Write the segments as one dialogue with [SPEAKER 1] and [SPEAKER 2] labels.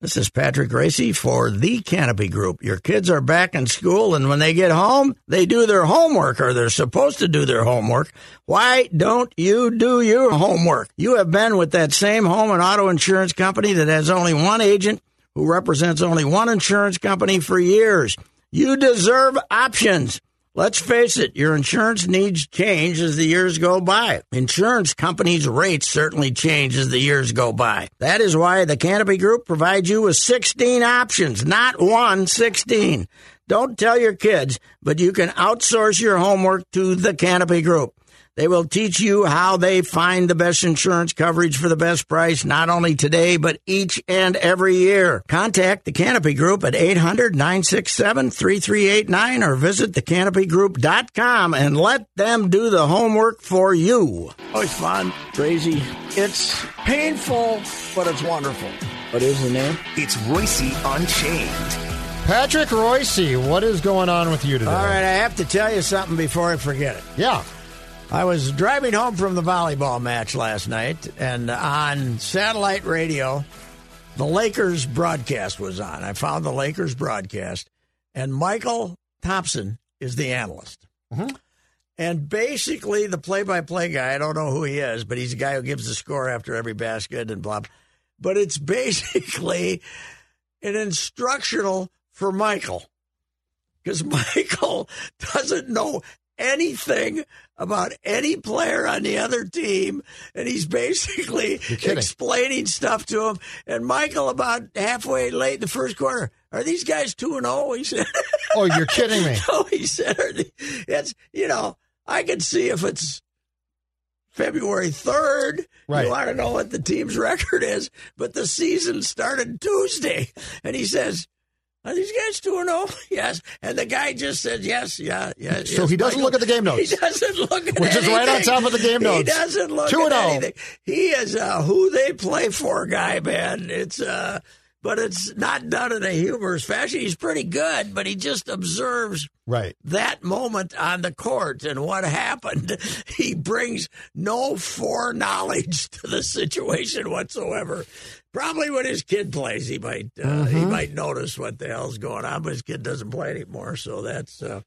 [SPEAKER 1] This is Patrick Racy for The Canopy Group. Your kids are back in school, and when they get home, they do their homework, or they're supposed to do their homework. Why don't you do your homework? You have been with that same home and auto insurance company that has only one agent who represents only one insurance company for years. You deserve options. Let's face it, your insurance needs change as the years go by. Insurance companies' rates certainly change as the years go by. That is why the Canopy Group provides you with 16 options, not one, 16. Don't tell your kids, but you can outsource your homework to the Canopy Group. They will teach you how they find the best insurance coverage for the best price, not only today, but each and every year. Contact the Canopy Group at 800 967 3389 or visit thecanopygroup.com and let them do the homework for you.
[SPEAKER 2] Always Oh, fun, crazy. It's painful, but it's wonderful.
[SPEAKER 1] What is the name?
[SPEAKER 3] It's Royce Unchained.
[SPEAKER 4] Patrick Royce, what is going on with you today?
[SPEAKER 1] All right, I have to tell you something before I forget it.
[SPEAKER 4] Yeah.
[SPEAKER 1] I was driving home from the volleyball match last night, and on satellite radio, the Lakers broadcast was on. I found the Lakers broadcast, and Michael Thompson is the analyst. And basically, the play by play guy, I don't know who he is, but he's the guy who gives the score after every basket and blah. blah. But it's basically an instructional for Michael because Michael doesn't know anything about any player on the other team, and he's basically
[SPEAKER 4] kidding.
[SPEAKER 1] explaining stuff to him. And Michael, about halfway late in the first quarter, are these guys two and zero? He said.
[SPEAKER 4] Oh, you're kidding me.
[SPEAKER 1] no, he said. "Are the- It's you know I can see if it's. February 3rd.
[SPEAKER 4] Right.
[SPEAKER 1] You want to know what the team's record is, but the season started Tuesday. And he says, Are these guys 2 and 0? Yes. And the guy just said, Yes, yeah, yeah.
[SPEAKER 4] So
[SPEAKER 1] yes,
[SPEAKER 4] he doesn't look at the game notes.
[SPEAKER 1] He doesn't look at
[SPEAKER 4] Which is right on
[SPEAKER 1] anything.
[SPEAKER 4] top of the game
[SPEAKER 1] He
[SPEAKER 4] notes.
[SPEAKER 1] doesn't look
[SPEAKER 4] 2
[SPEAKER 1] at
[SPEAKER 4] and oh. 0.
[SPEAKER 1] anything. He is a who they play for guy, man. It's uh but it's not done in a humorous fashion. He's pretty good, but he just observes
[SPEAKER 4] Right.
[SPEAKER 1] that moment on the court and what happened, he brings no foreknowledge to the situation whatsoever. Probably when his kid plays, he might uh,
[SPEAKER 4] Mm-hmm.
[SPEAKER 1] he might notice what the hell's going on, but his kid doesn't play anymore, so that's. Uh,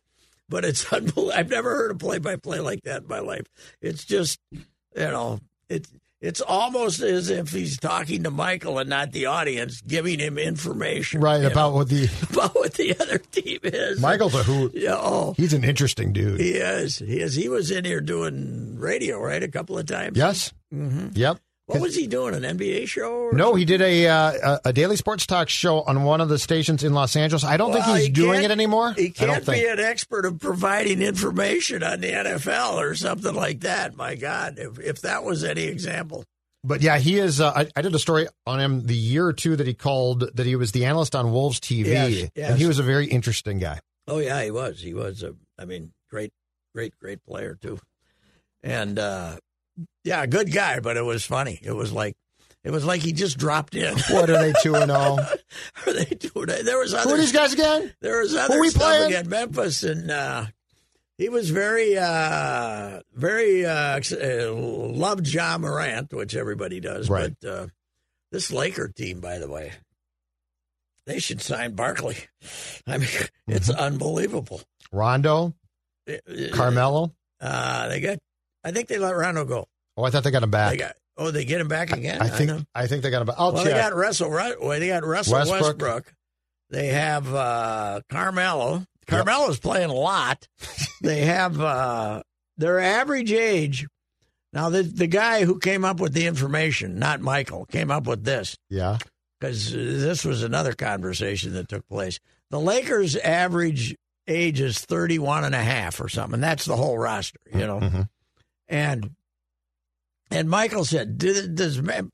[SPEAKER 1] but it's unbelievable. I've never heard a play-by-play like that in my life. It's just, you know, it's it's almost as if he's talking to Michael and not the audience, giving him information
[SPEAKER 4] Right
[SPEAKER 1] you
[SPEAKER 4] about
[SPEAKER 1] know,
[SPEAKER 4] what the
[SPEAKER 1] about what the other team is.
[SPEAKER 4] Michael's a who
[SPEAKER 1] Yeah, oh,
[SPEAKER 4] he's an interesting dude.
[SPEAKER 1] he is. He is. He was in here doing radio, right? A couple of times.
[SPEAKER 4] yes. Mm-hmm. Yep.
[SPEAKER 1] What was he doing? An NBA show? Or
[SPEAKER 4] No, he did a, uh, a a daily sports talk show on one of the stations in Los Angeles. I don't
[SPEAKER 1] Well,
[SPEAKER 4] think he's
[SPEAKER 1] he
[SPEAKER 4] doing
[SPEAKER 1] can't-
[SPEAKER 4] it anymore.
[SPEAKER 1] He
[SPEAKER 4] I
[SPEAKER 1] can't
[SPEAKER 4] don't think.
[SPEAKER 1] be an expert of providing information on the NFL or something like that. My God, if, if that was any example.
[SPEAKER 4] But yeah, he is. Uh, I, I did a story on him the year or two that he called that he was the analyst on Wolves TV,
[SPEAKER 1] Yes, yes.
[SPEAKER 4] and he was a very interesting guy.
[SPEAKER 1] Oh yeah, he was. He was a. I mean, great, great, great player too. And uh, yeah, good guy. But it was funny. It was like, it was like he just dropped in.
[SPEAKER 4] What are they two and
[SPEAKER 1] oh.
[SPEAKER 4] zero?
[SPEAKER 1] Are they doing? it? There was other.
[SPEAKER 4] Who are these guys again?
[SPEAKER 1] There was other
[SPEAKER 4] Who we
[SPEAKER 1] stuff
[SPEAKER 4] playing?
[SPEAKER 1] again, Memphis, and uh, he was very, uh, very uh, ex- uh, loved John Morant, which everybody does.
[SPEAKER 4] Right.
[SPEAKER 1] But uh, this Laker team, by the way, they should sign Barkley. I mean, it's
[SPEAKER 4] Mm-hmm.
[SPEAKER 1] unbelievable.
[SPEAKER 4] Rondo,
[SPEAKER 1] It- it-
[SPEAKER 4] Carmelo.
[SPEAKER 1] Uh, they got. I think they let Rondo go.
[SPEAKER 4] Oh, I thought they got him
[SPEAKER 1] They
[SPEAKER 4] back.
[SPEAKER 1] got. Oh, they get him back again.
[SPEAKER 4] I think
[SPEAKER 1] know.
[SPEAKER 4] I think they got. About, I'll
[SPEAKER 1] Well,
[SPEAKER 4] check.
[SPEAKER 1] they got Russell. Ru- Well, they got Russell
[SPEAKER 4] Westbrook.
[SPEAKER 1] Westbrook. They have uh, Carmelo. Carmelo's playing a lot. they have uh, their average age. Now, the the guy who came up with the information, not Michael, came up with this
[SPEAKER 4] yeah,
[SPEAKER 1] because this was another conversation that took place. The Lakers' average age is 31 and a half or something. That's the whole roster, you know.
[SPEAKER 4] Mhm.
[SPEAKER 1] And and Michael said, "Do- does Mem-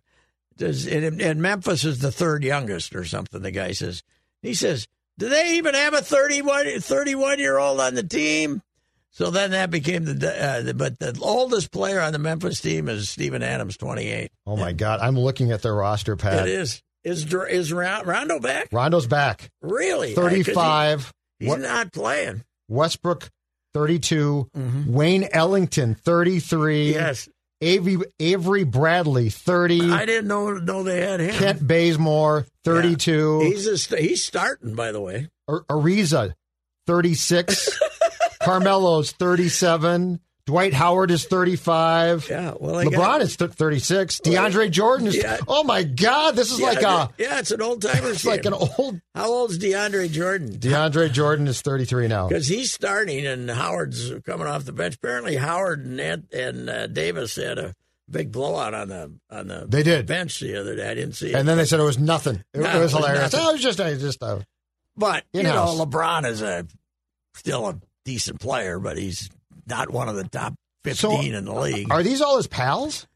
[SPEAKER 1] does and, and Memphis is the third youngest or something the guy says. He says, "Do they even have a 31 31 year old on the team?" So then that became the uh, the- but the oldest player on the Memphis team is Steven Adams, 28.
[SPEAKER 4] Oh my God, I'm looking at their roster pad.
[SPEAKER 1] It is is Dr- is Ron- Rondo back?
[SPEAKER 4] Rondo's back,
[SPEAKER 1] Really?
[SPEAKER 4] 35.
[SPEAKER 1] He's
[SPEAKER 4] What-
[SPEAKER 1] not playing.
[SPEAKER 4] Westbrook, 32. Wayne Ellington, 33.
[SPEAKER 1] Mm-hmm. Yes.
[SPEAKER 4] Avery, Avery Bradley, 30.
[SPEAKER 1] I didn't know know they had him.
[SPEAKER 4] Kent Bazemore, 32.
[SPEAKER 1] He's a st- he's starting, by the way.
[SPEAKER 4] Ar- Ariza, 36. Carmelo's 37. Dwight Howard is 35.
[SPEAKER 1] Yeah. Well, they
[SPEAKER 4] LeBron
[SPEAKER 1] got-
[SPEAKER 4] is th- 36. DeAndre Jordan is.
[SPEAKER 1] yeah.
[SPEAKER 4] Oh my God, this is
[SPEAKER 1] yeah,
[SPEAKER 4] like a.
[SPEAKER 1] yeah, it's an old timer.
[SPEAKER 4] It's like an old.
[SPEAKER 1] How old's DeAndre Jordan?
[SPEAKER 4] DeAndre Jordan is 33 now.
[SPEAKER 1] Because he's starting and Howard's coming off the bench. Apparently, Howard and Ant- and uh, Davis had a big blowout on the on the
[SPEAKER 4] They did.
[SPEAKER 1] bench the other day. I didn't see it.
[SPEAKER 4] And then they said it was nothing.
[SPEAKER 1] No,
[SPEAKER 4] It, it was
[SPEAKER 1] it was
[SPEAKER 4] hilarious.
[SPEAKER 1] nothing.
[SPEAKER 4] Oh, it was just, I just, uh,
[SPEAKER 1] But you
[SPEAKER 4] In-house.
[SPEAKER 1] know, LeBron is a still a decent player, but he's not one of the top fifteen in the league.
[SPEAKER 4] uh, are these all his pals?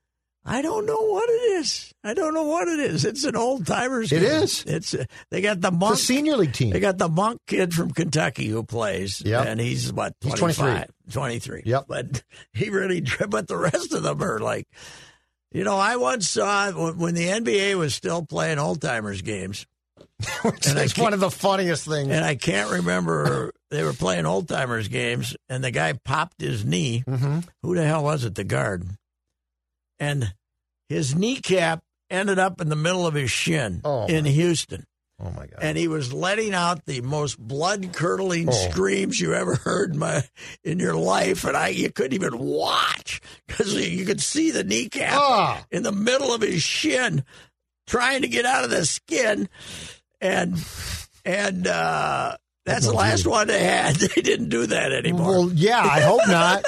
[SPEAKER 1] I don't know what it is. I don't know what it is. It's an old timers.
[SPEAKER 4] It
[SPEAKER 1] game.
[SPEAKER 4] is.
[SPEAKER 1] It's uh, they got the
[SPEAKER 4] It's
[SPEAKER 1] monk.
[SPEAKER 4] a senior league team.
[SPEAKER 1] They got the monk kid from Kentucky who plays.
[SPEAKER 4] Yep.
[SPEAKER 1] and he's what
[SPEAKER 4] He's
[SPEAKER 1] 25, 23.
[SPEAKER 4] Yep.
[SPEAKER 1] but he really. But the rest of them are like, you know, I once saw when when the NBA was still playing old timers games.
[SPEAKER 4] Which
[SPEAKER 1] and I
[SPEAKER 4] is
[SPEAKER 1] can't-
[SPEAKER 4] one of the funniest things.
[SPEAKER 1] And I can't remember. They were playing old timers games, and the guy popped his knee.
[SPEAKER 4] Mm-hmm.
[SPEAKER 1] Who the hell was it? The guard. And his kneecap ended up in the middle of his shin
[SPEAKER 4] Oh,
[SPEAKER 1] in Houston.
[SPEAKER 4] oh my God.
[SPEAKER 1] And he was letting out the most blood curdling
[SPEAKER 4] Oh.
[SPEAKER 1] screams you ever heard in, my, in your life. And I you couldn't even watch because you could see the kneecap
[SPEAKER 4] Ah.
[SPEAKER 1] in the middle of his shin trying to get out of the skin and and uh that's the last one they had they didn't do that anymore
[SPEAKER 4] Well, yeah, I hope not.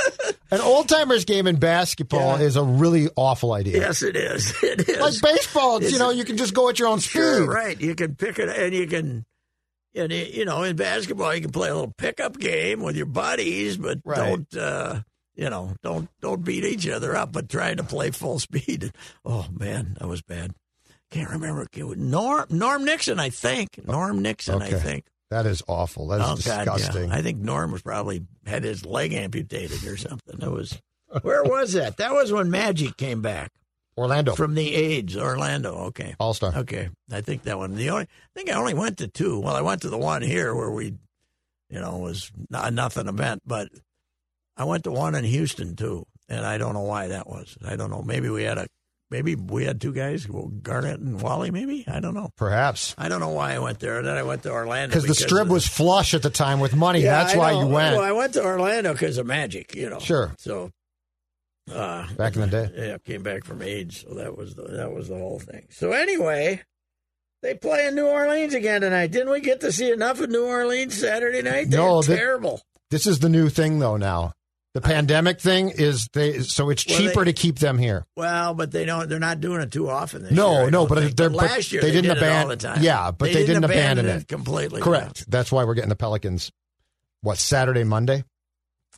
[SPEAKER 4] An old timers game in basketball
[SPEAKER 1] Yeah.
[SPEAKER 4] is a really awful idea.
[SPEAKER 1] yes it is it is
[SPEAKER 4] Like baseball,
[SPEAKER 1] It's-
[SPEAKER 4] you know, you can just go at your own speed.
[SPEAKER 1] sure right you can pick it and you can and it- you know in basketball you can play a little pickup game with your buddies but
[SPEAKER 4] Right.
[SPEAKER 1] don't uh you know, don't don't beat each other up, but trying to play full speed. Oh man, that was bad. Can't remember. Norm Norm Nixon, I think. Norm Nixon,
[SPEAKER 4] Okay.
[SPEAKER 1] I think.
[SPEAKER 4] That is awful. That is disgusting.
[SPEAKER 1] Oh, God, yeah. I think Norm was probably had his leg amputated or something. That was where was that? That was when Magic came back
[SPEAKER 4] Orlando,
[SPEAKER 1] from the AIDS, Orlando. Okay,
[SPEAKER 4] All Star.
[SPEAKER 1] okay. I think that one. The only I think I only went to two. Well, I went to the one here where we, you know, was not nothing event, but I went to one in Houston too, and I don't know why that was. I don't know. Maybe we had a maybe we had two guys, well, Garnett and Wally. Maybe I don't know.
[SPEAKER 4] Perhaps.
[SPEAKER 1] I don't know why I went there. And then I went to Orlando
[SPEAKER 4] Because the strip
[SPEAKER 1] of-
[SPEAKER 4] was flush at the time with money.
[SPEAKER 1] yeah,
[SPEAKER 4] That's
[SPEAKER 1] I
[SPEAKER 4] why
[SPEAKER 1] know.
[SPEAKER 4] you went
[SPEAKER 1] Well, I went to Orlando because of Magic, you know.
[SPEAKER 4] Sure.
[SPEAKER 1] So, uh,
[SPEAKER 4] back in the day.
[SPEAKER 1] yeah, came back from AIDS, so that was the, that was the whole thing. So anyway, they play in New Orleans again tonight. Didn't we get to see enough of New Orleans Saturday night? They're
[SPEAKER 4] No, they-
[SPEAKER 1] terrible.
[SPEAKER 4] This is the new thing, though, now. The pandemic thing is they, so it's
[SPEAKER 1] Well,
[SPEAKER 4] cheaper
[SPEAKER 1] they-
[SPEAKER 4] to keep them here.
[SPEAKER 1] Well, but they don't. They're not doing it too often. This
[SPEAKER 4] No,
[SPEAKER 1] year, I
[SPEAKER 4] no,
[SPEAKER 1] don't
[SPEAKER 4] but
[SPEAKER 1] think.
[SPEAKER 4] they're-
[SPEAKER 1] But
[SPEAKER 4] but
[SPEAKER 1] last year
[SPEAKER 4] they
[SPEAKER 1] they,
[SPEAKER 4] didn't
[SPEAKER 1] did it all
[SPEAKER 4] aban-
[SPEAKER 1] the time.
[SPEAKER 4] yeah, but they didn't abandon it.
[SPEAKER 1] completely.
[SPEAKER 4] Correct. That's why we're getting the Pelicans, what, Saturday, Monday?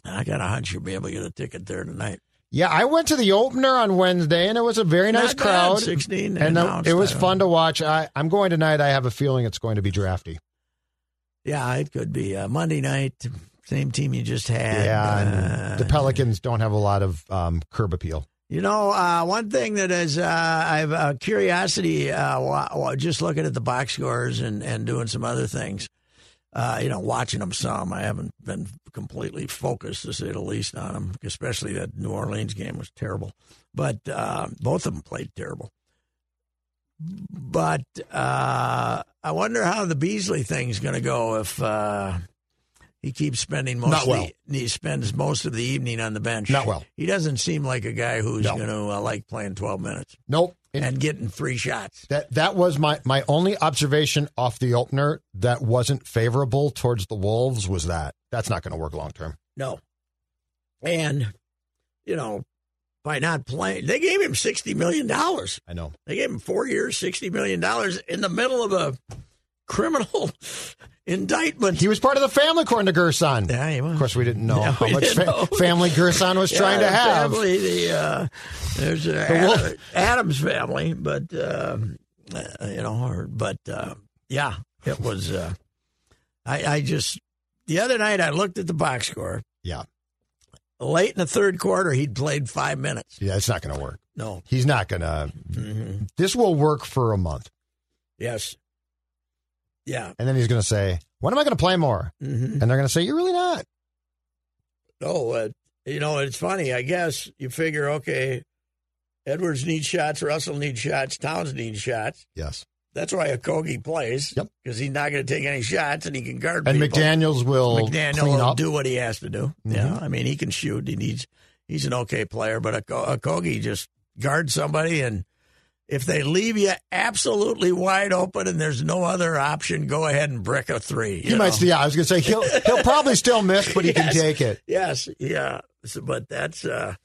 [SPEAKER 1] I got a hunch you'll be able to get a ticket there tonight.
[SPEAKER 4] Yeah, I went to the opener on Wednesday, and it was a very nice
[SPEAKER 1] Not bad,
[SPEAKER 4] crowd.
[SPEAKER 1] 16
[SPEAKER 4] and uh,
[SPEAKER 1] announced,
[SPEAKER 4] it was
[SPEAKER 1] I don't
[SPEAKER 4] fun to watch. I, I'm going tonight. I have a feeling it's going to be drafty.
[SPEAKER 1] Yeah, it could be uh, Monday night. Same team you just had.
[SPEAKER 4] yeah, and the
[SPEAKER 1] Uh,
[SPEAKER 4] Pelicans don't have a lot of um, curb appeal.
[SPEAKER 1] You know, uh, one thing that is, uh, I've uh, curiosity, uh, wa- wa- just looking at the box scores and, and doing some other things, uh, you know, watching them some. I haven't been completely focused, to say the least, on them, especially that New Orleans game was terrible. But uh, both of them played terrible. But uh, I wonder how the Beasley thing's going to go if. Uh, He keeps spending most.
[SPEAKER 4] Not
[SPEAKER 1] of
[SPEAKER 4] well.
[SPEAKER 1] The, e, he spends most of the evening on the bench.
[SPEAKER 4] Not well.
[SPEAKER 1] He doesn't seem like a guy who's
[SPEAKER 4] No.
[SPEAKER 1] going to uh, like playing twelve minutes
[SPEAKER 4] Nope. And
[SPEAKER 1] and getting three shots.
[SPEAKER 4] that that was my my only observation off the opener that wasn't favorable towards the Wolves was that that's not going to work long term.
[SPEAKER 1] No. And you know, by not playing, they gave him sixty million dollars.
[SPEAKER 4] I know.
[SPEAKER 1] They gave him four years, sixty million dollars in the middle of a criminal indictment.
[SPEAKER 4] He was part of the family, according to Gerson.
[SPEAKER 1] Yeah, he was.
[SPEAKER 4] Of course, we didn't know
[SPEAKER 1] No,
[SPEAKER 4] how
[SPEAKER 1] we
[SPEAKER 4] much
[SPEAKER 1] didn't know.
[SPEAKER 4] fa- family Gerson was trying to
[SPEAKER 1] Yeah,
[SPEAKER 4] have.
[SPEAKER 1] family, the uh, there's uh,
[SPEAKER 4] wolf.
[SPEAKER 1] Adam, Adam's family, but uh, uh, you know, or, but uh, yeah, it was. Uh, I, I just the other night I looked at the box score.
[SPEAKER 4] Yeah,
[SPEAKER 1] Late in the third quarter, he'd played five minutes.
[SPEAKER 4] yeah, it's not going to work.
[SPEAKER 1] No,
[SPEAKER 4] He's not going to.
[SPEAKER 1] Mhm.
[SPEAKER 4] This will work for a month,
[SPEAKER 1] yes, yeah,
[SPEAKER 4] and then he's going to say, "When am I going to play more?"
[SPEAKER 1] hmm
[SPEAKER 4] And they're going to say, "You're really not."
[SPEAKER 1] Oh, uh, you know, it's funny. I guess you figure, okay, Edwards needs shots, Russell needs shots, Towns needs shots.
[SPEAKER 4] Yes,
[SPEAKER 1] That's why Akogi plays.
[SPEAKER 4] Yep.
[SPEAKER 1] Because he's not going to take any shots and he can guard
[SPEAKER 4] and
[SPEAKER 1] people.
[SPEAKER 4] McDaniel's will
[SPEAKER 1] McDaniel
[SPEAKER 4] clean
[SPEAKER 1] will
[SPEAKER 4] up.
[SPEAKER 1] do what he has to do.
[SPEAKER 4] Mhm.
[SPEAKER 1] Yeah. I mean, he can shoot. He needs, he's an okay player, but Ako- Akogi just guards somebody. And if they leave you absolutely wide open and there's no other option, go ahead and brick a three.
[SPEAKER 4] he
[SPEAKER 1] you know?
[SPEAKER 4] might. Yeah, I was going to say he'll he'll probably still miss, but he
[SPEAKER 1] Yes.
[SPEAKER 4] can take it.
[SPEAKER 1] Yes, yeah. So, but that's uh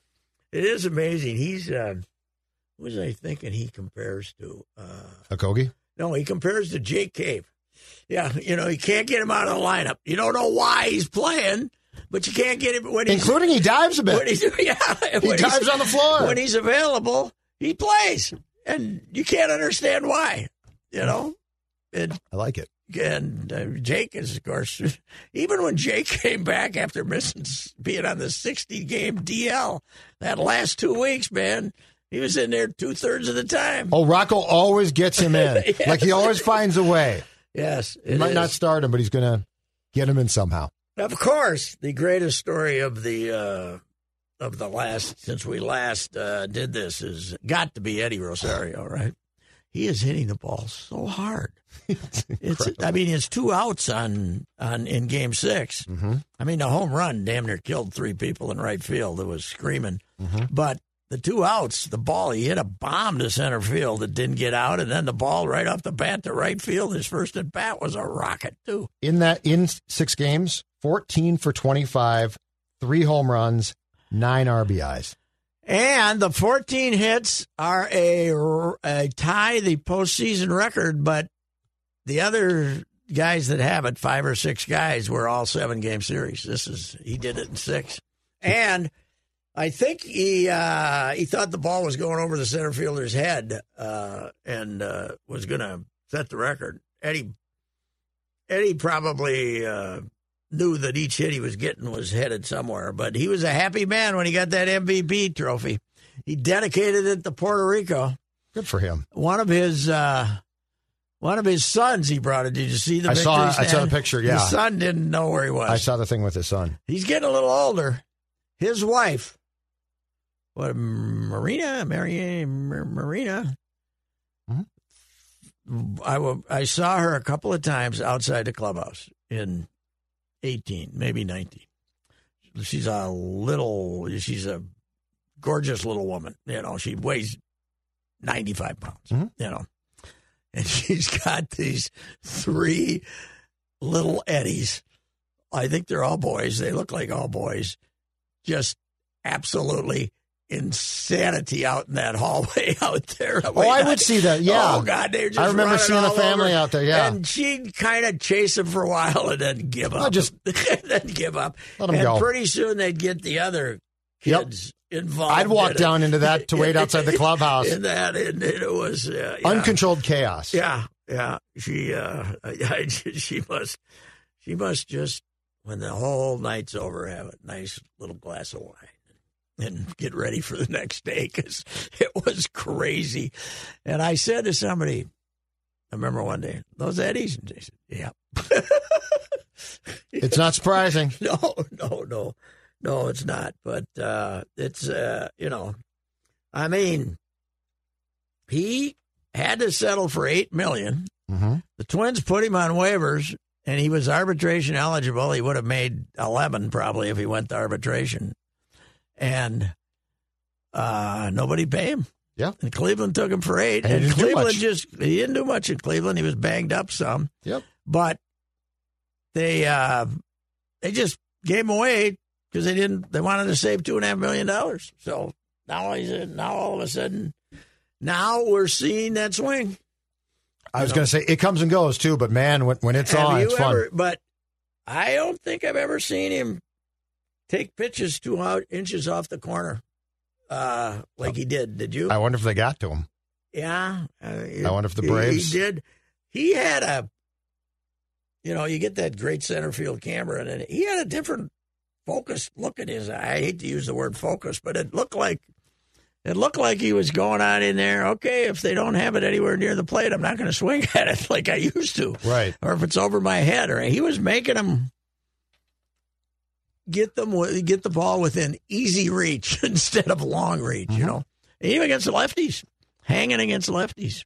[SPEAKER 1] it is amazing. He's uh who was I thinking he compares to? Uh
[SPEAKER 4] Akogi.
[SPEAKER 1] no, he compares to Jake Cave. Yeah, you know, you can't get him out of the lineup. You don't know why he's playing, but you can't get him when he's
[SPEAKER 4] including he dives a
[SPEAKER 1] when
[SPEAKER 4] bit.
[SPEAKER 1] he's yeah,
[SPEAKER 4] He
[SPEAKER 1] when
[SPEAKER 4] dives
[SPEAKER 1] he's-
[SPEAKER 4] on the floor.
[SPEAKER 1] When he's available, he plays. And you can't understand why. You know? It
[SPEAKER 4] I like it.
[SPEAKER 1] and uh, Jake is, of course, even when Jake came back after missing being on the 60 game DL that last two weeks, man, he was in there two thirds of the time.
[SPEAKER 4] Oh, Rocco always gets him in.
[SPEAKER 1] Yes.
[SPEAKER 4] Like he always finds a way.
[SPEAKER 1] Yes,
[SPEAKER 4] He
[SPEAKER 1] it
[SPEAKER 4] might not
[SPEAKER 1] is.
[SPEAKER 4] start him, but he's going to get him in somehow.
[SPEAKER 1] Of course, the greatest story of the uh, of the last since we last uh, did this is got to be Eddie Rosario, right? He is hitting the ball so hard. It's, I mean, it's two outs on on in Game 6 I mean, the home run damn near killed three people in right field. It was screaming. But the two outs, the ball, he hit a bomb to center field that didn't get out, and then the ball right off the bat to right field. His first at bat was a rocket too.
[SPEAKER 4] In that, in six games, 14 for 25, three home runs, nine RBIs.
[SPEAKER 1] And the 14 hits are a, a tie the postseason record, but the other guys that have it, five or six guys, were all seven game series. This is he did it in six, and I think he uh, he thought the ball was going over the center fielder's head uh, and uh, was going to set the record. Eddie Eddie probably. Uh, knew that each hit he was getting was headed somewhere, but he was a happy man when he got that MVP trophy. He dedicated it to Puerto Rico.
[SPEAKER 4] Good for him.
[SPEAKER 1] One of his uh, one of his sons he brought it. Did you see the
[SPEAKER 4] I
[SPEAKER 1] victory
[SPEAKER 4] saw- I
[SPEAKER 1] stand?
[SPEAKER 4] saw the picture, yeah.
[SPEAKER 1] His son didn't know where he was.
[SPEAKER 4] I saw the thing with his son.
[SPEAKER 1] He's getting a little older. His wife, what Marina, Mary, Mar- Marina.
[SPEAKER 4] Mhm.
[SPEAKER 1] I wa- I saw her a couple of times outside the clubhouse in eighteen, maybe nineteen. She's a little. She's a gorgeous little woman. You know, she weighs ninety five pounds.
[SPEAKER 4] Mhm.
[SPEAKER 1] You know, and she's got these three little Eddies. I think they're all boys. They look like all boys. Just absolutely insanity out in that hallway out there.
[SPEAKER 4] Oh, I would see that. Yeah.
[SPEAKER 1] Oh God, they were just
[SPEAKER 4] I remember
[SPEAKER 1] running
[SPEAKER 4] seeing the
[SPEAKER 1] all
[SPEAKER 4] family
[SPEAKER 1] over.
[SPEAKER 4] out there. Yeah.
[SPEAKER 1] And she'd kind of chase him for a while and then give up.
[SPEAKER 4] just-
[SPEAKER 1] then give up.
[SPEAKER 4] Let 'em
[SPEAKER 1] and
[SPEAKER 4] go.
[SPEAKER 1] pretty soon they'd get the other
[SPEAKER 4] Yep.
[SPEAKER 1] kids involved.
[SPEAKER 4] I'd
[SPEAKER 1] in
[SPEAKER 4] walk
[SPEAKER 1] it.
[SPEAKER 4] down into that to wait outside the clubhouse.
[SPEAKER 1] in that, and it was uh, yeah.
[SPEAKER 4] Uncontrolled chaos.
[SPEAKER 1] Yeah, yeah. She, uh, I, I, she must, she must just when the whole night's over, have a nice little glass of wine and get ready for the next day because it was crazy. And I said to somebody, I remember one day, those Eddies, and they said, "Yeah."
[SPEAKER 4] It's not surprising.
[SPEAKER 1] No, no, no, no. It's not. But uh, it's uh, you know, I mean, he had to settle for eight million.
[SPEAKER 4] Mm-hmm.
[SPEAKER 1] The Twins put him on waivers, and he was arbitration eligible. He would have made 11 probably if he went to arbitration. And uh, nobody paid him.
[SPEAKER 4] Yeah.
[SPEAKER 1] And Cleveland took him for eight.
[SPEAKER 4] And he
[SPEAKER 1] And,
[SPEAKER 4] didn't do
[SPEAKER 1] Cleveland
[SPEAKER 4] much.
[SPEAKER 1] just, he didn't do much in Cleveland. He was banged up some.
[SPEAKER 4] Yep.
[SPEAKER 1] But they, uh, they just gave him away because they didn't, they wanted to save two and a half million dollars. So now he's, in- now all of a sudden, now we're seeing that swing.
[SPEAKER 4] I was going to say it comes and goes too, but man, when, when it's on, it's fun.
[SPEAKER 1] ever? But I don't think I've ever seen him take pitches two out inches off the corner, uh, like he did. Did you?
[SPEAKER 4] I wonder if they got to him.
[SPEAKER 1] yeah. Uh,
[SPEAKER 4] I wonder if the
[SPEAKER 1] he-
[SPEAKER 4] Braves-
[SPEAKER 1] He, did. He had a. You know, you get that great center field camera, and it- he had a different focus look in his eye. I hate to use the word focus, but it looked like. It looked like he was going on in there. Okay, if they don't have it anywhere near the plate, I'm not going to swing at it like I used to
[SPEAKER 4] Right.
[SPEAKER 1] or if it's over my head, or he was making them get them wi- get the ball within easy reach instead of long reach. You know, even against lefties, hanging against lefties.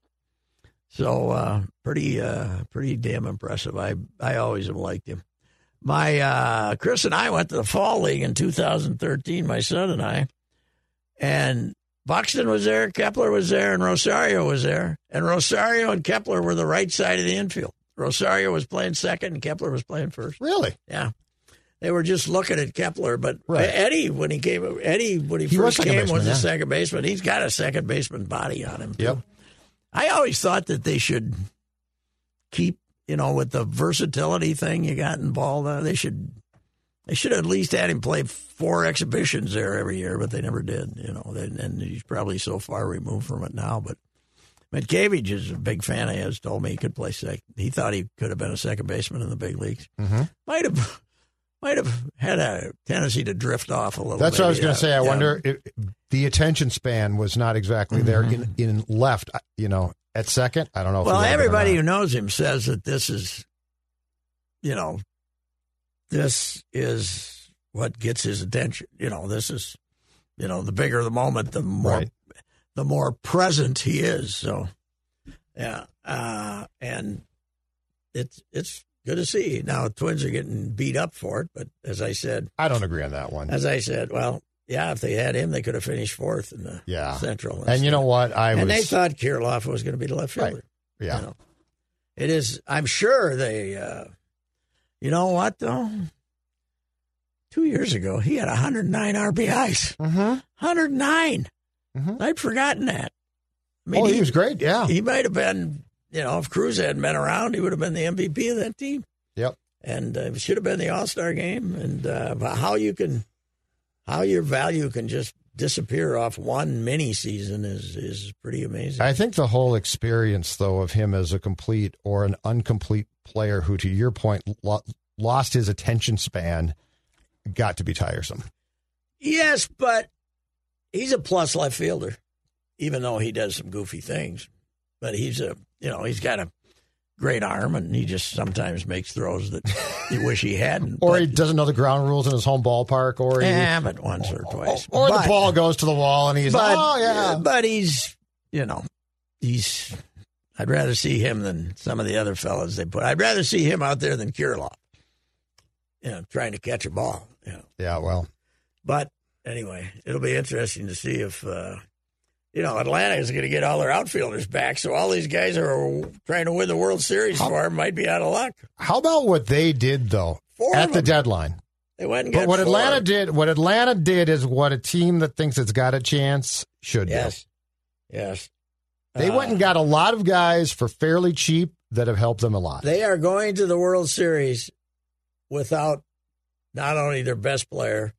[SPEAKER 1] So uh, pretty uh, pretty damn impressive. I I always have liked him. My uh, Chris and I went to the fall league in 2013. My son and I, and Buxton was there, Kepler was there, and Rosario was there. And Rosario and Kepler were the right side of the infield. Rosario was playing second, and Kepler was playing first.
[SPEAKER 4] Really?
[SPEAKER 1] Yeah, they were just looking at Kepler, but
[SPEAKER 4] Right.
[SPEAKER 1] Eddie when he came, Eddie when he,
[SPEAKER 4] He
[SPEAKER 1] first
[SPEAKER 4] was second
[SPEAKER 1] came
[SPEAKER 4] baseman,
[SPEAKER 1] was
[SPEAKER 4] yeah.
[SPEAKER 1] a second baseman. He's got a second baseman body on him. too.
[SPEAKER 4] Yep.
[SPEAKER 1] I always thought that they should keep, you know, with the versatility thing you got involved on. They should, they should at least had him play four exhibitions there every year, but they never did. You know, and, and he's probably so far removed from it now. But Mitkevich is a big fan of his. Told me he could play second. He thought he could have been a second baseman in the big leagues.
[SPEAKER 4] Mhm.
[SPEAKER 1] Might have. Might have had a tendency to drift off a little.
[SPEAKER 4] That's
[SPEAKER 1] bit,
[SPEAKER 4] what I was going
[SPEAKER 1] yeah,
[SPEAKER 4] to say. I
[SPEAKER 1] yeah.
[SPEAKER 4] wonder if the attention span was not exactly there in, in left, I- you know, at second. I don't know. if
[SPEAKER 1] Mm-hmm. Well,
[SPEAKER 4] he would've been or
[SPEAKER 1] everybody who
[SPEAKER 4] not.
[SPEAKER 1] knows him says that this is, you know, this is what gets his attention. You know, this is, you know, the bigger the moment, the more,
[SPEAKER 4] Right.
[SPEAKER 1] the more present he is. So, yeah, uh, and it's it's good to see. Now, Twins are getting beat up for it, but as I said,
[SPEAKER 4] I don't agree on that one.
[SPEAKER 1] as I said, well, yeah, if they had him, they could have finished fourth in the
[SPEAKER 4] Yeah.
[SPEAKER 1] Central.
[SPEAKER 4] And you know what? I
[SPEAKER 1] and
[SPEAKER 4] was.
[SPEAKER 1] they thought Kirilov was going to be the left
[SPEAKER 4] Right.
[SPEAKER 1] fielder.
[SPEAKER 4] yeah.
[SPEAKER 1] You know, it is. I'm sure they. Uh, you know what though? Two years ago, he had 109 RBIs.
[SPEAKER 4] Mhm.
[SPEAKER 1] 109.
[SPEAKER 4] Mhm.
[SPEAKER 1] I'd forgotten that. I mean,
[SPEAKER 4] oh,
[SPEAKER 1] he,
[SPEAKER 4] he, was great. Yeah.
[SPEAKER 1] he might have been. You know, if Cruz hadn't been around, he would have been the MVP of that team,
[SPEAKER 4] yep.
[SPEAKER 1] and uh, it should have been the All Star game. And uh, but how you can, how your value can just disappear off one mini season is is pretty amazing.
[SPEAKER 4] I think the whole experience, though, of him as a complete or an incomplete player who, to your point, lo- lost his attention span, got to be tiresome.
[SPEAKER 1] Yes, but he's a plus left fielder, even though he does some goofy things. But he's a, you know, he's got a great arm, and he just sometimes makes throws that you wish he hadn't.
[SPEAKER 4] Or
[SPEAKER 1] but,
[SPEAKER 4] he doesn't know the ground rules in his home ballpark, or he,
[SPEAKER 1] yeah, but once or twice.
[SPEAKER 4] or
[SPEAKER 1] But-
[SPEAKER 4] the ball goes to the wall and he's
[SPEAKER 1] but,
[SPEAKER 4] oh yeah.
[SPEAKER 1] but he's, you know, he's. I'd rather see him than some of the other fellas they put. I'd rather see him out there than Kirilov, you know, trying to catch a ball. You know.
[SPEAKER 4] yeah, well,
[SPEAKER 1] But anyway, it'll be interesting to see if uh, you know Atlanta is going to get all their outfielders back. So all these guys who are trying to win the World Series for him might be out of luck.
[SPEAKER 4] how about what they did though
[SPEAKER 1] Four of
[SPEAKER 4] at the
[SPEAKER 1] them.
[SPEAKER 4] deadline?
[SPEAKER 1] They went and
[SPEAKER 4] But
[SPEAKER 1] got
[SPEAKER 4] what
[SPEAKER 1] four.
[SPEAKER 4] Atlanta did, what Atlanta did is what a team that thinks it's got a chance should
[SPEAKER 1] yes, yes,
[SPEAKER 4] do. They went and
[SPEAKER 1] Uh,
[SPEAKER 4] got a lot of guys for fairly cheap that have helped them a lot.
[SPEAKER 1] They are going to the World Series without not only their best player,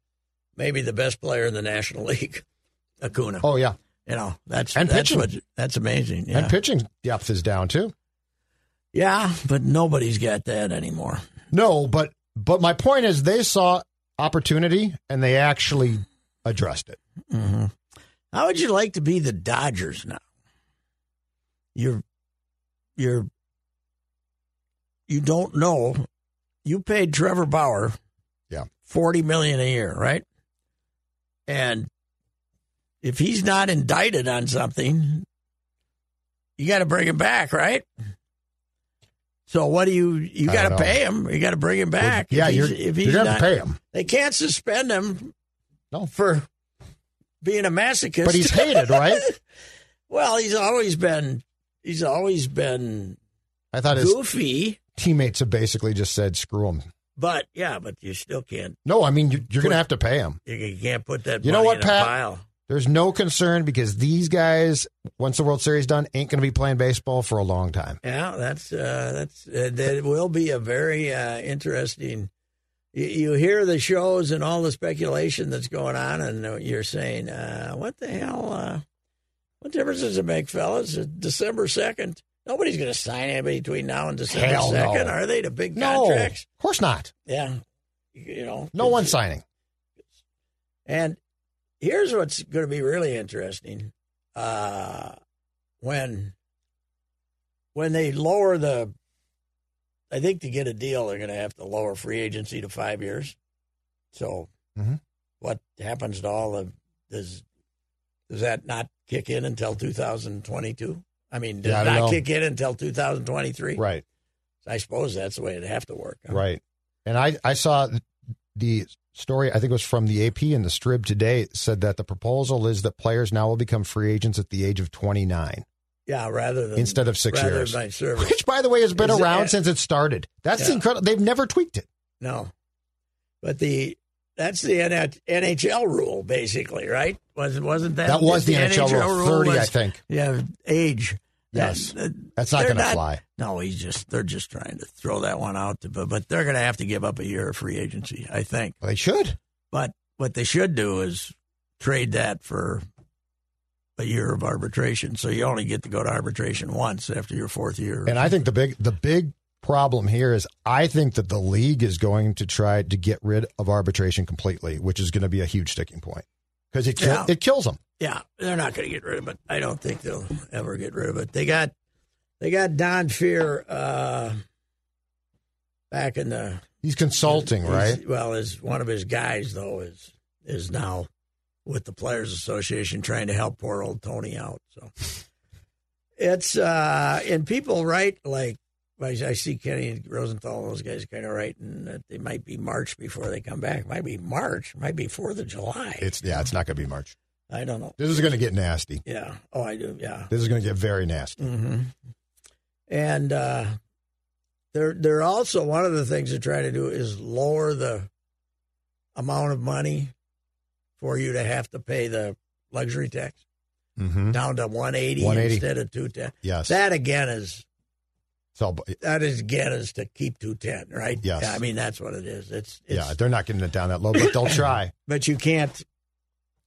[SPEAKER 1] maybe the best player in the National League, Acuna.
[SPEAKER 4] oh yeah,
[SPEAKER 1] You know that's
[SPEAKER 4] And
[SPEAKER 1] that's
[SPEAKER 4] pitching.
[SPEAKER 1] what that's amazing. Yeah.
[SPEAKER 4] and pitching depth is down too.
[SPEAKER 1] yeah, but nobody's got that anymore.
[SPEAKER 4] No, but but my point is they saw opportunity and they actually addressed it.
[SPEAKER 1] Mm-hmm. How would you like to be the Dodgers now? You're, you're, you don't know. You paid Trevor Bauer,
[SPEAKER 4] Yeah.
[SPEAKER 1] forty million a year, right? And if he's not indicted on something, you got to bring him back, right? So what do you you
[SPEAKER 4] I
[SPEAKER 1] got to
[SPEAKER 4] don't know.
[SPEAKER 1] pay him? You got to bring him back.
[SPEAKER 4] yeah,
[SPEAKER 1] If he's-
[SPEAKER 4] you're-
[SPEAKER 1] if
[SPEAKER 4] you're
[SPEAKER 1] he's
[SPEAKER 4] gonna have to
[SPEAKER 1] not-
[SPEAKER 4] pay him.
[SPEAKER 1] They can't suspend him
[SPEAKER 4] No.
[SPEAKER 1] for being a masochist.
[SPEAKER 4] But he's hated, right?
[SPEAKER 1] well, he's always been he's always been
[SPEAKER 4] I thought his
[SPEAKER 1] goofy.
[SPEAKER 4] teammates have basically just said, "Screw him."
[SPEAKER 1] But yeah, but you still can't
[SPEAKER 4] No, I mean you, you're going to have to pay him.
[SPEAKER 1] you, you can't put that
[SPEAKER 4] You know
[SPEAKER 1] money
[SPEAKER 4] what,
[SPEAKER 1] in a
[SPEAKER 4] Pat?
[SPEAKER 1] pile.
[SPEAKER 4] There's no concern because these guys, once the World Series done, ain't going to be playing baseball for a long time.
[SPEAKER 1] Yeah, that's uh, that's uh, that will be a very uh, interesting. You, you hear the shows and all the speculation that's going on, and uh, you're saying, uh, "What the hell? Uh, what difference does it make, fellas? It's December second, nobody's going to sign anybody between now and December
[SPEAKER 4] Hell no.
[SPEAKER 1] second, are they? The big
[SPEAKER 4] No, of
[SPEAKER 1] contracts,
[SPEAKER 4] course not.
[SPEAKER 1] yeah, you know,
[SPEAKER 4] No one signing.
[SPEAKER 1] And here's what's going to be really interesting: uh, when when they lower the, I think to get a deal, they're going to have to lower free agency to five years. So,
[SPEAKER 4] Mhm.
[SPEAKER 1] what happens to all of does does that not kick in until 2022? I mean, does
[SPEAKER 4] Yeah, I don't
[SPEAKER 1] not
[SPEAKER 4] know.
[SPEAKER 1] kick in until 2023.
[SPEAKER 4] Right,
[SPEAKER 1] I suppose that's the way it'd have to work. huh?
[SPEAKER 4] right. And I, I saw the story. I think it was from the AP and the Strib today. Said that the proposal is that players now will become free agents at the age of 29
[SPEAKER 1] Yeah, rather than
[SPEAKER 4] instead of six
[SPEAKER 1] rather
[SPEAKER 4] years,
[SPEAKER 1] than service.
[SPEAKER 4] which, by the way, has been
[SPEAKER 1] Is it-
[SPEAKER 4] around since it started. That's
[SPEAKER 1] Yeah.
[SPEAKER 4] incredible. They've never tweaked it.
[SPEAKER 1] No, but the that's the NH NHL rule basically, right? Was wasn't that
[SPEAKER 4] That was the,
[SPEAKER 1] did
[SPEAKER 4] NHL, rule. 30, I
[SPEAKER 1] was-
[SPEAKER 4] think.
[SPEAKER 1] Yeah, age.
[SPEAKER 4] Yes.
[SPEAKER 1] That-
[SPEAKER 4] That's not
[SPEAKER 1] they're
[SPEAKER 4] going to fly.
[SPEAKER 1] No, he's just they're just trying to throw that one out, to, but but they're going to have to give up a year of free agency, I think.
[SPEAKER 4] Well, they should.
[SPEAKER 1] But what they should do is trade that for a year of arbitration, so you only get to go to arbitration once after your fourth year.
[SPEAKER 4] And I think the big the big problem here is I think that the league is going to try to get rid of arbitration completely, which is going to be a huge sticking point because it kill,
[SPEAKER 1] Yeah.
[SPEAKER 4] it kills them.
[SPEAKER 1] Yeah, they're not going to get rid of it. I don't think they'll ever get rid of it. They got they got Don Fear uh, back in the
[SPEAKER 4] He's consulting,
[SPEAKER 1] he's-
[SPEAKER 4] right?
[SPEAKER 1] Well, is one of his guys though is is now with the Players Association trying to help poor old Tony out. So it's uh, and people write like I I see Kenny Rosenthal; those guys kind of writing that they might be March before they come back. Might be March. Might be Fourth of July.
[SPEAKER 4] It's yeah, it's not going to be March.
[SPEAKER 1] I don't know.
[SPEAKER 4] This is going to get nasty.
[SPEAKER 1] Yeah. Oh, I do. Yeah.
[SPEAKER 4] This is going to get very nasty.
[SPEAKER 1] Mm-hmm. And uh, they're they're also one of the things they're trying to do is lower the amount of money for you to have to pay the luxury tax
[SPEAKER 4] Mm-hmm.
[SPEAKER 1] down to 180,
[SPEAKER 4] 180.
[SPEAKER 1] instead of 210.
[SPEAKER 4] Yes.
[SPEAKER 1] That again is
[SPEAKER 4] So but-
[SPEAKER 1] that is again is to keep 210, right?
[SPEAKER 4] Yes.
[SPEAKER 1] I mean that's what it is. It's, it's
[SPEAKER 4] yeah, they're not getting it down that low, but they'll try.
[SPEAKER 1] but you can't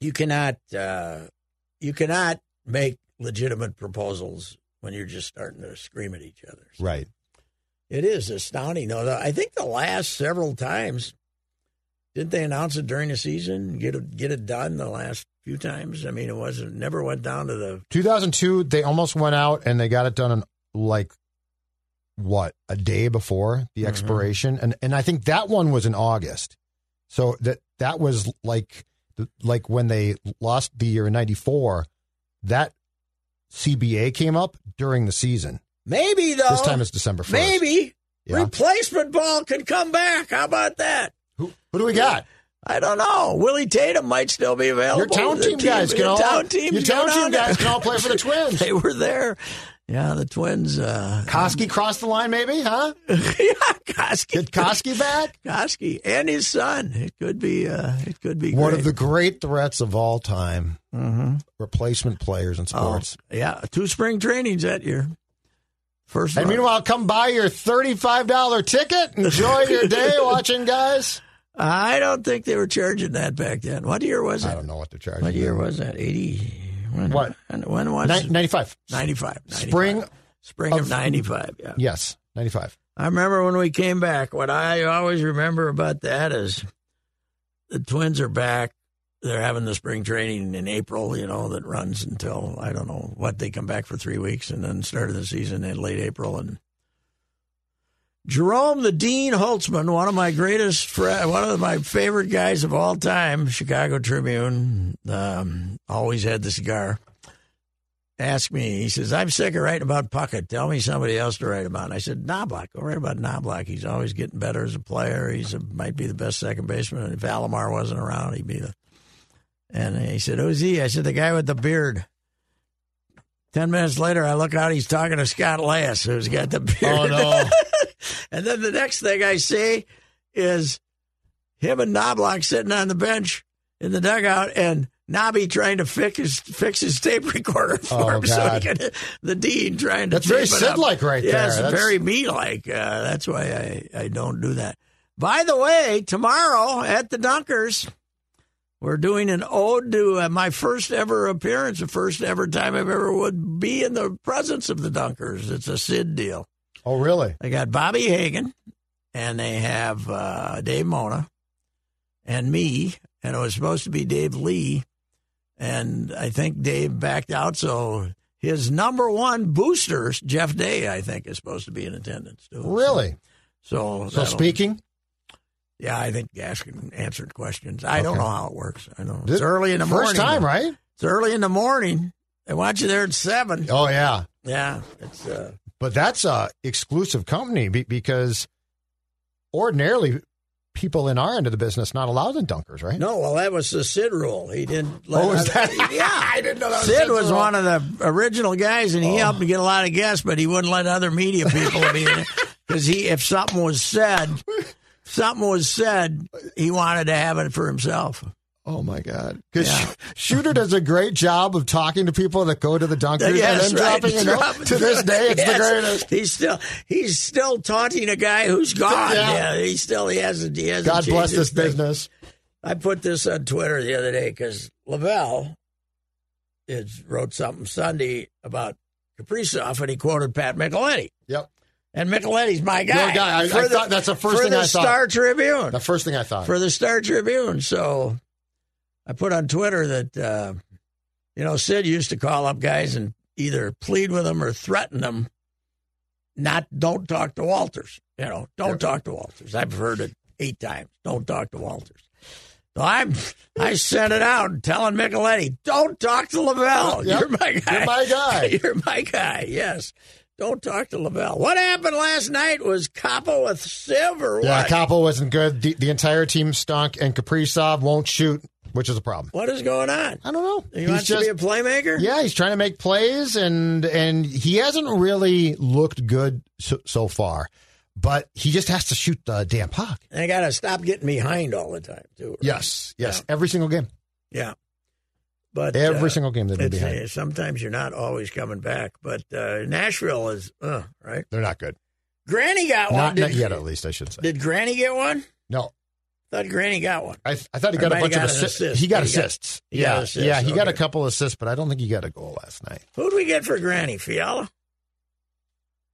[SPEAKER 1] you cannot uh, you cannot make legitimate proposals when you're just starting to scream at each other. So
[SPEAKER 4] right.
[SPEAKER 1] It is astounding, though. I think the last several times, didn't they announce it during the season? Get it, get it done the last few times. I mean, it wasn't never went down to the
[SPEAKER 4] 2002, they almost went out and they got it done in like what a day before the
[SPEAKER 1] Mhm.
[SPEAKER 4] expiration, and and I think that one was in August, so that that was like like when they lost the year in '94, that CBA came up during the season.
[SPEAKER 1] maybe though.
[SPEAKER 4] This time it's December first.
[SPEAKER 1] maybe
[SPEAKER 4] Yeah.
[SPEAKER 1] replacement ball can come back. How about that?
[SPEAKER 4] Who, who do we got?
[SPEAKER 1] I don't know. Willie Tatum might still be available.
[SPEAKER 4] Your town
[SPEAKER 1] The
[SPEAKER 4] team guys can
[SPEAKER 1] your
[SPEAKER 4] all
[SPEAKER 1] town teams
[SPEAKER 4] your
[SPEAKER 1] go
[SPEAKER 4] town team
[SPEAKER 1] down there.
[SPEAKER 4] guys can all play for the Twins.
[SPEAKER 1] They were there. Yeah, the Twins. Uh,
[SPEAKER 4] Koski crossed the line, maybe, huh?
[SPEAKER 1] yeah, Koski.
[SPEAKER 4] Get Koski back.
[SPEAKER 1] Koski and his son. It could be. Uh, it could be
[SPEAKER 4] One
[SPEAKER 1] great.
[SPEAKER 4] of the great threats of all time:
[SPEAKER 1] Mhm.
[SPEAKER 4] replacement players in sports.
[SPEAKER 1] Oh, yeah, two spring trainings that year. First,
[SPEAKER 4] And
[SPEAKER 1] one.
[SPEAKER 4] meanwhile, come buy your thirty-five dollar ticket. Enjoy your day watching guys.
[SPEAKER 1] I don't think they were charging that back then. What year was it?
[SPEAKER 4] I don't know what they're charging.
[SPEAKER 1] What year was that? Eighty. When,
[SPEAKER 4] What?
[SPEAKER 1] When, when was
[SPEAKER 4] Nin-
[SPEAKER 1] it?
[SPEAKER 4] Ninety-five.
[SPEAKER 1] 95, 95.
[SPEAKER 4] Spring
[SPEAKER 1] Spring of,
[SPEAKER 4] of-
[SPEAKER 1] ninety-five. Yeah.
[SPEAKER 4] Yes, ninety-five.
[SPEAKER 1] I remember when we came back. What I always remember about that is the twins are back. They're having the spring training in April, you know, that runs until I don't know what they come back for three weeks and then start of the season in late April. And Jerome the Dean Holtzman, one of my greatest, fri one of my favorite guys of all time, Chicago Tribune, um, always had the cigar. asked me, he says, I'm sick of writing about Puckett. Tell me somebody else to write about. And I said, Knobloch. Go write about Knobloch. He's always getting better as a player. He's a, might be the best second baseman. And if Alomar wasn't around, he'd be the. And he said, Who's he? I said, The guy with the beard. Ten minutes later, I look out, he's talking to Scott Lass, who's got the beard.
[SPEAKER 4] Oh no!
[SPEAKER 1] And then the next thing I see is him and Knobloch sitting on the bench in the dugout and Nobby trying to fix his, fix his tape recorder for
[SPEAKER 4] Oh,
[SPEAKER 1] him. So he
[SPEAKER 4] God.
[SPEAKER 1] can, the dean trying to
[SPEAKER 4] That's very
[SPEAKER 1] tape it up.
[SPEAKER 4] Sid-like right
[SPEAKER 1] yeah,
[SPEAKER 4] there.
[SPEAKER 1] it's
[SPEAKER 4] That's-
[SPEAKER 1] very me like. Uh, that's why I, I don't do that. By the way, tomorrow at the Dunkers, we're doing an ode to uh, my first ever appearance, the first ever time I've ever would be in the presence of the Dunkers. It's a Sid deal.
[SPEAKER 4] Oh really?
[SPEAKER 1] They got Bobby Hagan, and they have uh, Dave Mona, and me, and it was supposed to be Dave Lee, and I think Dave backed out, so his number one booster, Jeff Day, I think, is supposed to be in attendance too.
[SPEAKER 4] Really?
[SPEAKER 1] So,
[SPEAKER 4] So
[SPEAKER 1] that'll-
[SPEAKER 4] speaking,
[SPEAKER 1] Yeah, I think Gaskin answered questions. I don't
[SPEAKER 4] Okay.
[SPEAKER 1] know how it works. I don't.
[SPEAKER 4] This-
[SPEAKER 1] it's early in the morning.
[SPEAKER 4] first time, right?
[SPEAKER 1] It's early in the morning. They want you there at seven.
[SPEAKER 4] Oh yeah.
[SPEAKER 1] Yeah, it's. Uh,
[SPEAKER 4] But that's a exclusive company be- because ordinarily people in our end of the business not allowed in dunkers, right?
[SPEAKER 1] No, well, that was the Sid rule. He didn't. Let
[SPEAKER 4] Oh, was that-
[SPEAKER 1] Yeah, I didn't know that. Sid
[SPEAKER 4] Sid's
[SPEAKER 1] was
[SPEAKER 4] rule. Oh.
[SPEAKER 1] one of the original guys, and he helped me get a lot of guests, but he wouldn't let other media people be in it because he, if something was said, if something was said, he wanted to have it for himself.
[SPEAKER 4] Oh my God! Because
[SPEAKER 1] Yeah.
[SPEAKER 4] Shooter does a great job of talking to people that go to the dunkers
[SPEAKER 1] Yes,
[SPEAKER 4] and then
[SPEAKER 1] right.
[SPEAKER 4] dropping it off.
[SPEAKER 1] Dropping-
[SPEAKER 4] To this day, it's the
[SPEAKER 1] Yes.
[SPEAKER 4] greatest.
[SPEAKER 1] He's still he's still taunting a guy who's gone.
[SPEAKER 4] Yeah.
[SPEAKER 1] Yeah, he still he hasn't. He hasn't
[SPEAKER 4] God
[SPEAKER 1] changed
[SPEAKER 4] bless this
[SPEAKER 1] his thing.
[SPEAKER 4] business.
[SPEAKER 1] I put this on Twitter the other day because Lavelle is, wrote something Sunday about Kaprizov, and he quoted Pat Micheletti.
[SPEAKER 4] Yep.
[SPEAKER 1] And Micheletti's my guy.
[SPEAKER 4] Your guy. I- I thought that's the first
[SPEAKER 1] for
[SPEAKER 4] thing
[SPEAKER 1] the
[SPEAKER 4] I thought.
[SPEAKER 1] Star Tribune.
[SPEAKER 4] The first thing I thought.
[SPEAKER 1] for the Star Tribune. So I put on Twitter that, uh, you know, Sid used to call up guys and either plead with them or threaten them. Not don't talk to Walters. You know, don't talk to Walters. I've heard it eight times. Don't talk to Walters. So I'm I sent it out telling Micheletti, don't talk to Lavelle.
[SPEAKER 4] Yep.
[SPEAKER 1] You're my guy.
[SPEAKER 4] You're my guy.
[SPEAKER 1] You're my guy. Yes. Don't talk to Lavelle. What happened last night was Coppa with Siv or what?
[SPEAKER 4] yeah, Capo wasn't good. The, the entire team stunk, and Kaprizov won't shoot, which is a problem.
[SPEAKER 1] What is going on?
[SPEAKER 4] I don't know.
[SPEAKER 1] He wants to be a playmaker.
[SPEAKER 4] yeah, he's trying to make plays, and and he hasn't really looked good so, so far. But he just has to shoot the damn puck.
[SPEAKER 1] And I gotta stop getting behind all the time too. right?
[SPEAKER 4] Yes, yes, every single game,
[SPEAKER 1] yeah. But
[SPEAKER 4] every
[SPEAKER 1] uh,
[SPEAKER 4] single game they've been
[SPEAKER 1] it's-
[SPEAKER 4] behind.
[SPEAKER 1] uh, sometimes you're not always coming back. But uh, Nashville is uh, right.
[SPEAKER 4] They're not good.
[SPEAKER 1] Granny got one.
[SPEAKER 4] Not,
[SPEAKER 1] did,
[SPEAKER 4] not yet, at least I should say.
[SPEAKER 1] Did Granny get one?
[SPEAKER 4] No,
[SPEAKER 1] Thought Granny got one.
[SPEAKER 4] I, th- I thought he
[SPEAKER 1] Or
[SPEAKER 4] got a
[SPEAKER 1] might have
[SPEAKER 4] bunch of
[SPEAKER 1] got an
[SPEAKER 4] assists.
[SPEAKER 1] assist.
[SPEAKER 4] He got
[SPEAKER 1] He got-
[SPEAKER 4] assists.
[SPEAKER 1] he
[SPEAKER 4] yeah,
[SPEAKER 1] got assists,
[SPEAKER 4] yeah, he got a
[SPEAKER 1] okay.
[SPEAKER 4] couple assists, but I don't think he got a goal last night.
[SPEAKER 1] Who'd we get for Granny? Fiala.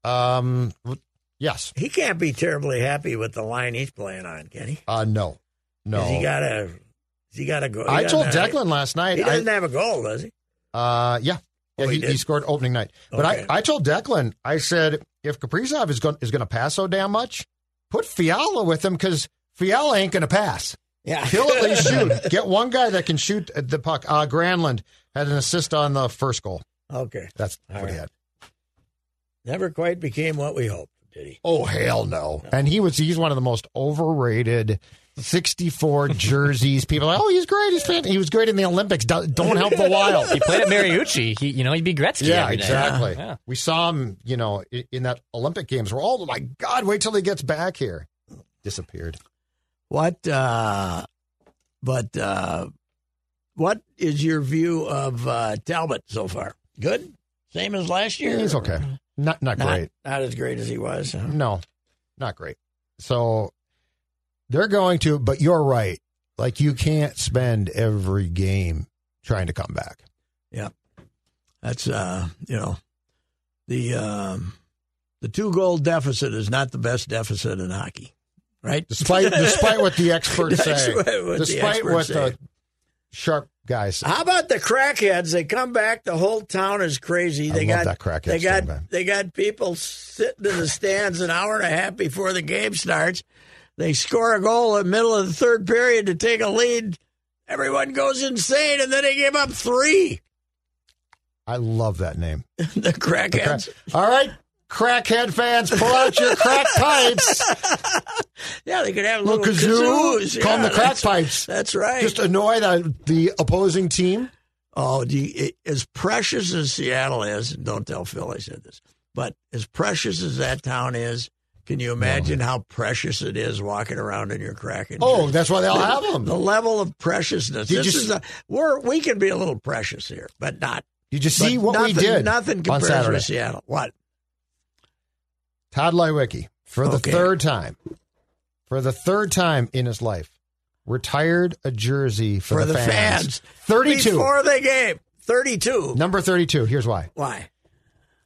[SPEAKER 4] Um, w- yes,
[SPEAKER 1] He can't be terribly happy with the line he's playing on, can he?
[SPEAKER 4] uh, no,
[SPEAKER 1] 'Cause
[SPEAKER 4] no.
[SPEAKER 1] He got a. He got a goal.
[SPEAKER 4] I told
[SPEAKER 1] Declan.
[SPEAKER 4] Declan last
[SPEAKER 1] He
[SPEAKER 4] night. I,
[SPEAKER 1] doesn't have a goal, does he?
[SPEAKER 4] Uh, yeah.
[SPEAKER 1] Oh,
[SPEAKER 4] Yeah,
[SPEAKER 1] he
[SPEAKER 4] he,
[SPEAKER 1] did?
[SPEAKER 4] he scored opening night. But
[SPEAKER 1] Okay.
[SPEAKER 4] I, I told Declan, I said, if Kaprizov is going is going to pass so damn much, put Fiala with him because Fiala ain't going to pass.
[SPEAKER 1] Yeah.
[SPEAKER 4] He'll at least shoot. Get one guy that can shoot at the puck. Uh, Granlund had an assist on the first goal.
[SPEAKER 1] okay.
[SPEAKER 4] That's
[SPEAKER 1] All
[SPEAKER 4] what he
[SPEAKER 1] right.
[SPEAKER 4] had.
[SPEAKER 1] Never quite became what we hoped, did he?
[SPEAKER 4] Oh hell no! And he was—he's one of the most overrated. Sixty-four jerseys. People are like, oh, hehe's great. He's fan. He was great in the Olympics. Don't don't help the wild.
[SPEAKER 5] He played at Mariucci. He, you know, he'd be Gretzky.
[SPEAKER 4] Yeah,
[SPEAKER 5] every day.
[SPEAKER 4] exactly.
[SPEAKER 5] Yeah.
[SPEAKER 4] We saw him, you know, in, in that Olympic Games. We're all, oh my God, wait till he gets back here. Disappeared.
[SPEAKER 1] What, uh, but, uh, what is your view of uh, Talbot so far? Good? Same as last year?
[SPEAKER 4] He's okay. Not not,
[SPEAKER 1] Not,
[SPEAKER 4] great.
[SPEAKER 1] not as great as he was. huh?
[SPEAKER 4] No, not great. So they're going to, but you're right. Like you can't spend every game trying to come back.
[SPEAKER 1] That's, uh, you know, the, um, the two goal deficit is not the best deficit in hockey, right?
[SPEAKER 4] Despite despite what the experts say.
[SPEAKER 1] Despite what the
[SPEAKER 4] despite
[SPEAKER 1] experts
[SPEAKER 4] what
[SPEAKER 1] say.
[SPEAKER 4] the sharp guys say.
[SPEAKER 1] How about the crackheads? They come back. The whole town is crazy.
[SPEAKER 4] I
[SPEAKER 1] They got
[SPEAKER 4] love that crackheads
[SPEAKER 1] They got
[SPEAKER 4] thing, man.
[SPEAKER 1] they got people sitting in the stands an hour and a half before the game starts. They score a goal in the middle of the third period to take a lead. Everyone goes insane, and then they give up three.
[SPEAKER 4] I love that name.
[SPEAKER 1] the crackheads.
[SPEAKER 4] All right, crackhead fans, pull out your crack pipes.
[SPEAKER 1] Yeah, they could have little
[SPEAKER 4] Little kazoo.
[SPEAKER 1] kazoos. Yeah,
[SPEAKER 4] Call them the crack
[SPEAKER 1] that's-
[SPEAKER 4] pipes.
[SPEAKER 1] That's right.
[SPEAKER 4] Just annoy the, the opposing team.
[SPEAKER 1] Oh, do you, it, as precious as Seattle is, don't tell Phil I said this, but as precious as that town is, can you imagine how precious it is walking around in your Kraken?
[SPEAKER 4] Oh,
[SPEAKER 1] jersey?
[SPEAKER 4] that's why they'll have
[SPEAKER 1] the
[SPEAKER 4] them.
[SPEAKER 1] level of preciousness.
[SPEAKER 4] Did
[SPEAKER 1] this
[SPEAKER 4] you
[SPEAKER 1] is
[SPEAKER 4] see-
[SPEAKER 1] a, we're we can be a little precious here, but not.
[SPEAKER 4] Did you see
[SPEAKER 1] but
[SPEAKER 4] what
[SPEAKER 1] nothing,
[SPEAKER 4] we did
[SPEAKER 1] Nothing
[SPEAKER 4] on
[SPEAKER 1] compares
[SPEAKER 4] Saturday?
[SPEAKER 1] with Seattle. What?
[SPEAKER 4] Todd Lywicki, for the
[SPEAKER 1] Okay.
[SPEAKER 4] third time, for the third time in his life, retired a jersey for,
[SPEAKER 1] For the fans.
[SPEAKER 4] 32.
[SPEAKER 1] before the game. Thirty-two.
[SPEAKER 4] Number 32. Here's why.
[SPEAKER 1] Why?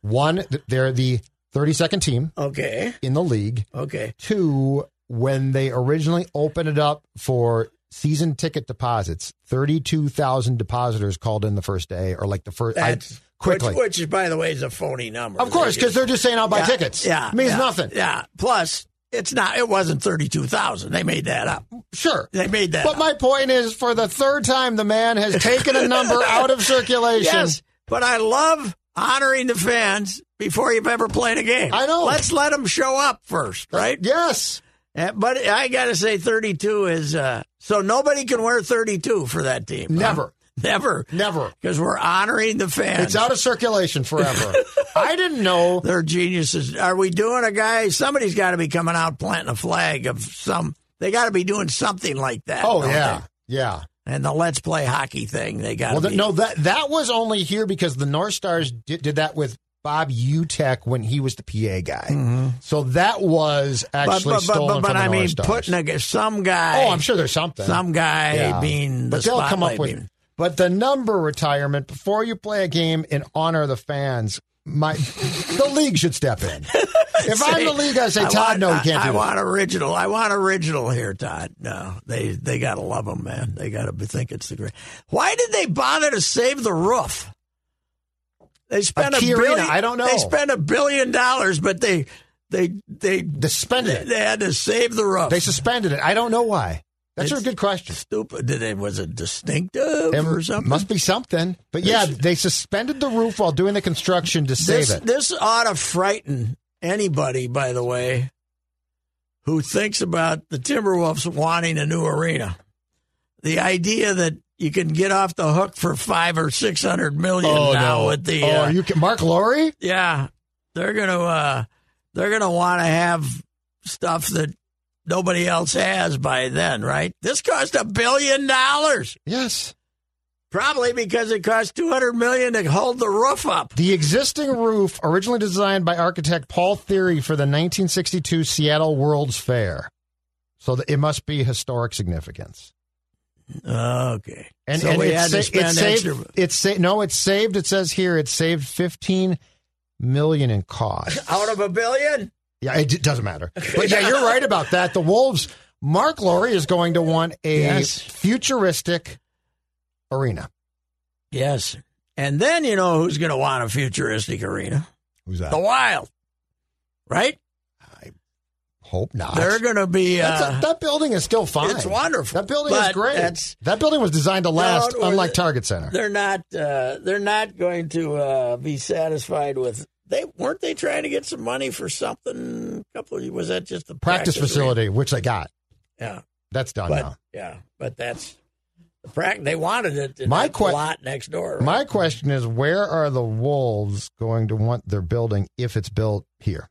[SPEAKER 4] One, th- they're the 32nd team
[SPEAKER 1] Okay.
[SPEAKER 4] in the league.
[SPEAKER 1] Okay.
[SPEAKER 4] Two, when they originally opened it up for season ticket deposits, 32,000 depositors called in the first day or like the first. I-
[SPEAKER 1] That's
[SPEAKER 4] quickly.
[SPEAKER 1] Which, which, by the way, is a phony number.
[SPEAKER 4] of course,
[SPEAKER 1] They
[SPEAKER 4] because
[SPEAKER 1] just-
[SPEAKER 4] they're just saying I'll buy
[SPEAKER 1] Yeah,
[SPEAKER 4] tickets.
[SPEAKER 1] Yeah,
[SPEAKER 4] Means
[SPEAKER 1] yeah,
[SPEAKER 4] nothing.
[SPEAKER 1] Yeah. Plus, it's not. It wasn't thirty-two thousand. They made that up.
[SPEAKER 4] Sure.
[SPEAKER 1] They made that.
[SPEAKER 4] But
[SPEAKER 1] up.
[SPEAKER 4] my point is, for the third time, the man has taken a number out of circulation.
[SPEAKER 1] yes. But I love honoring the fans before you've ever played a game.
[SPEAKER 4] I know.
[SPEAKER 1] Let's let them show up first, right?
[SPEAKER 4] Yes.
[SPEAKER 1] Uh, But I got to say, thirty-two is uh, so nobody can wear thirty-two for that team. huh?
[SPEAKER 4] Never.
[SPEAKER 1] Never.
[SPEAKER 4] Never.
[SPEAKER 1] Because we're honoring the fans.
[SPEAKER 4] It's out of circulation forever. I didn't know.
[SPEAKER 1] They're geniuses. Are we doing a guy? Somebody's got to be coming out planting a flag of some. They got to be doing something like that.
[SPEAKER 4] Oh
[SPEAKER 1] don't
[SPEAKER 4] yeah, yeah.
[SPEAKER 1] they? And the let's play hockey thing. They got.
[SPEAKER 4] Well,
[SPEAKER 1] to
[SPEAKER 4] th- no that that was only here because the North Stars did, did that with Bob Utek when he was the PA guy. So that was actually
[SPEAKER 1] Mm-hmm.
[SPEAKER 4] stolen
[SPEAKER 1] but,
[SPEAKER 4] from the
[SPEAKER 1] I
[SPEAKER 4] North
[SPEAKER 1] mean,
[SPEAKER 4] Stars.
[SPEAKER 1] putting a g- some guy.
[SPEAKER 4] oh, I'm sure there's something.
[SPEAKER 1] some guy
[SPEAKER 4] Yeah.
[SPEAKER 1] being the
[SPEAKER 4] but they'll come up
[SPEAKER 1] spotlight
[SPEAKER 4] with.
[SPEAKER 1] being-
[SPEAKER 4] But the number retirement before you play a game in honor of the fans, my the league should step in. If I'm the league, I say
[SPEAKER 1] I
[SPEAKER 4] Todd,
[SPEAKER 1] want,
[SPEAKER 4] no, you can't
[SPEAKER 1] I,
[SPEAKER 4] do
[SPEAKER 1] I
[SPEAKER 4] that.
[SPEAKER 1] want original. I want original here, Todd. No, they they gotta love them, man. They gotta be- think it's the great. Why did they bother to save the roof? They spent a,
[SPEAKER 4] key
[SPEAKER 1] billion.
[SPEAKER 4] arena, I don't know.
[SPEAKER 1] They spent a billion dollars, but they they they
[SPEAKER 4] They suspended
[SPEAKER 1] they,
[SPEAKER 4] it.
[SPEAKER 1] they had to save the roof.
[SPEAKER 4] They suspended it. I don't know why. That's a
[SPEAKER 1] It's-
[SPEAKER 4] good question.
[SPEAKER 1] Stupid. Did they, was it distinctive
[SPEAKER 4] It
[SPEAKER 1] or something?
[SPEAKER 4] Must be something. But yeah, they suspended the roof while doing the construction to save
[SPEAKER 1] this,
[SPEAKER 4] it.
[SPEAKER 1] This ought to frighten anybody, by the way, who thinks about the Timberwolves wanting a new arena. The idea that you can get off the hook for five or six hundred million now with the
[SPEAKER 4] oh,
[SPEAKER 1] uh,
[SPEAKER 4] you can, Mark Lowry?
[SPEAKER 1] yeah, they're gonna uh, they're gonna want to have stuff that nobody else has by then, right? This cost a billion dollars,
[SPEAKER 4] Yes.
[SPEAKER 1] probably because it cost two hundred million to hold the roof up.
[SPEAKER 4] The existing roof, originally designed by architect Paul Theory for the 1962 Seattle World's Fair, so that it must be historic significance.
[SPEAKER 1] Okay,
[SPEAKER 4] And,
[SPEAKER 1] so
[SPEAKER 4] and
[SPEAKER 1] we
[SPEAKER 4] it,
[SPEAKER 1] had to
[SPEAKER 4] sa- it
[SPEAKER 1] spend
[SPEAKER 4] saved.
[SPEAKER 1] extra.
[SPEAKER 4] It sa- no, it saved. It says here it saved 15 million in cost.
[SPEAKER 1] out of a billion.
[SPEAKER 4] Yeah, it d- doesn't matter. But yeah, you're right about that. The Wolves, Mark Lowry is going to want a
[SPEAKER 1] Yes.
[SPEAKER 4] futuristic arena.
[SPEAKER 1] Yes. And then you know who's going to want a futuristic arena?
[SPEAKER 4] Who's that?
[SPEAKER 1] The Wild. Right?
[SPEAKER 4] Hope not.
[SPEAKER 1] They're going to be.
[SPEAKER 4] That's a-
[SPEAKER 1] Uh,
[SPEAKER 4] that building is still fine.
[SPEAKER 1] It's wonderful,
[SPEAKER 4] That building
[SPEAKER 1] but
[SPEAKER 4] is great.
[SPEAKER 1] that's-
[SPEAKER 4] that building was designed to last,
[SPEAKER 1] No, no,
[SPEAKER 4] unlike
[SPEAKER 1] the-
[SPEAKER 4] Target Center.
[SPEAKER 1] they're not. Uh, they're not going to uh, be satisfied with. They weren't they trying to get some money for something? A couple. Of, was that just the
[SPEAKER 4] Practice,
[SPEAKER 1] practice
[SPEAKER 4] facility, Oh, which they got.
[SPEAKER 1] arena?
[SPEAKER 4] That's done
[SPEAKER 1] Yeah, but
[SPEAKER 4] now.
[SPEAKER 1] yeah, but that's the practice. They wanted it. In
[SPEAKER 4] My
[SPEAKER 1] that
[SPEAKER 4] que-
[SPEAKER 1] lot next door. right?
[SPEAKER 4] My question is where are the Wolves going to want their building if it's built here?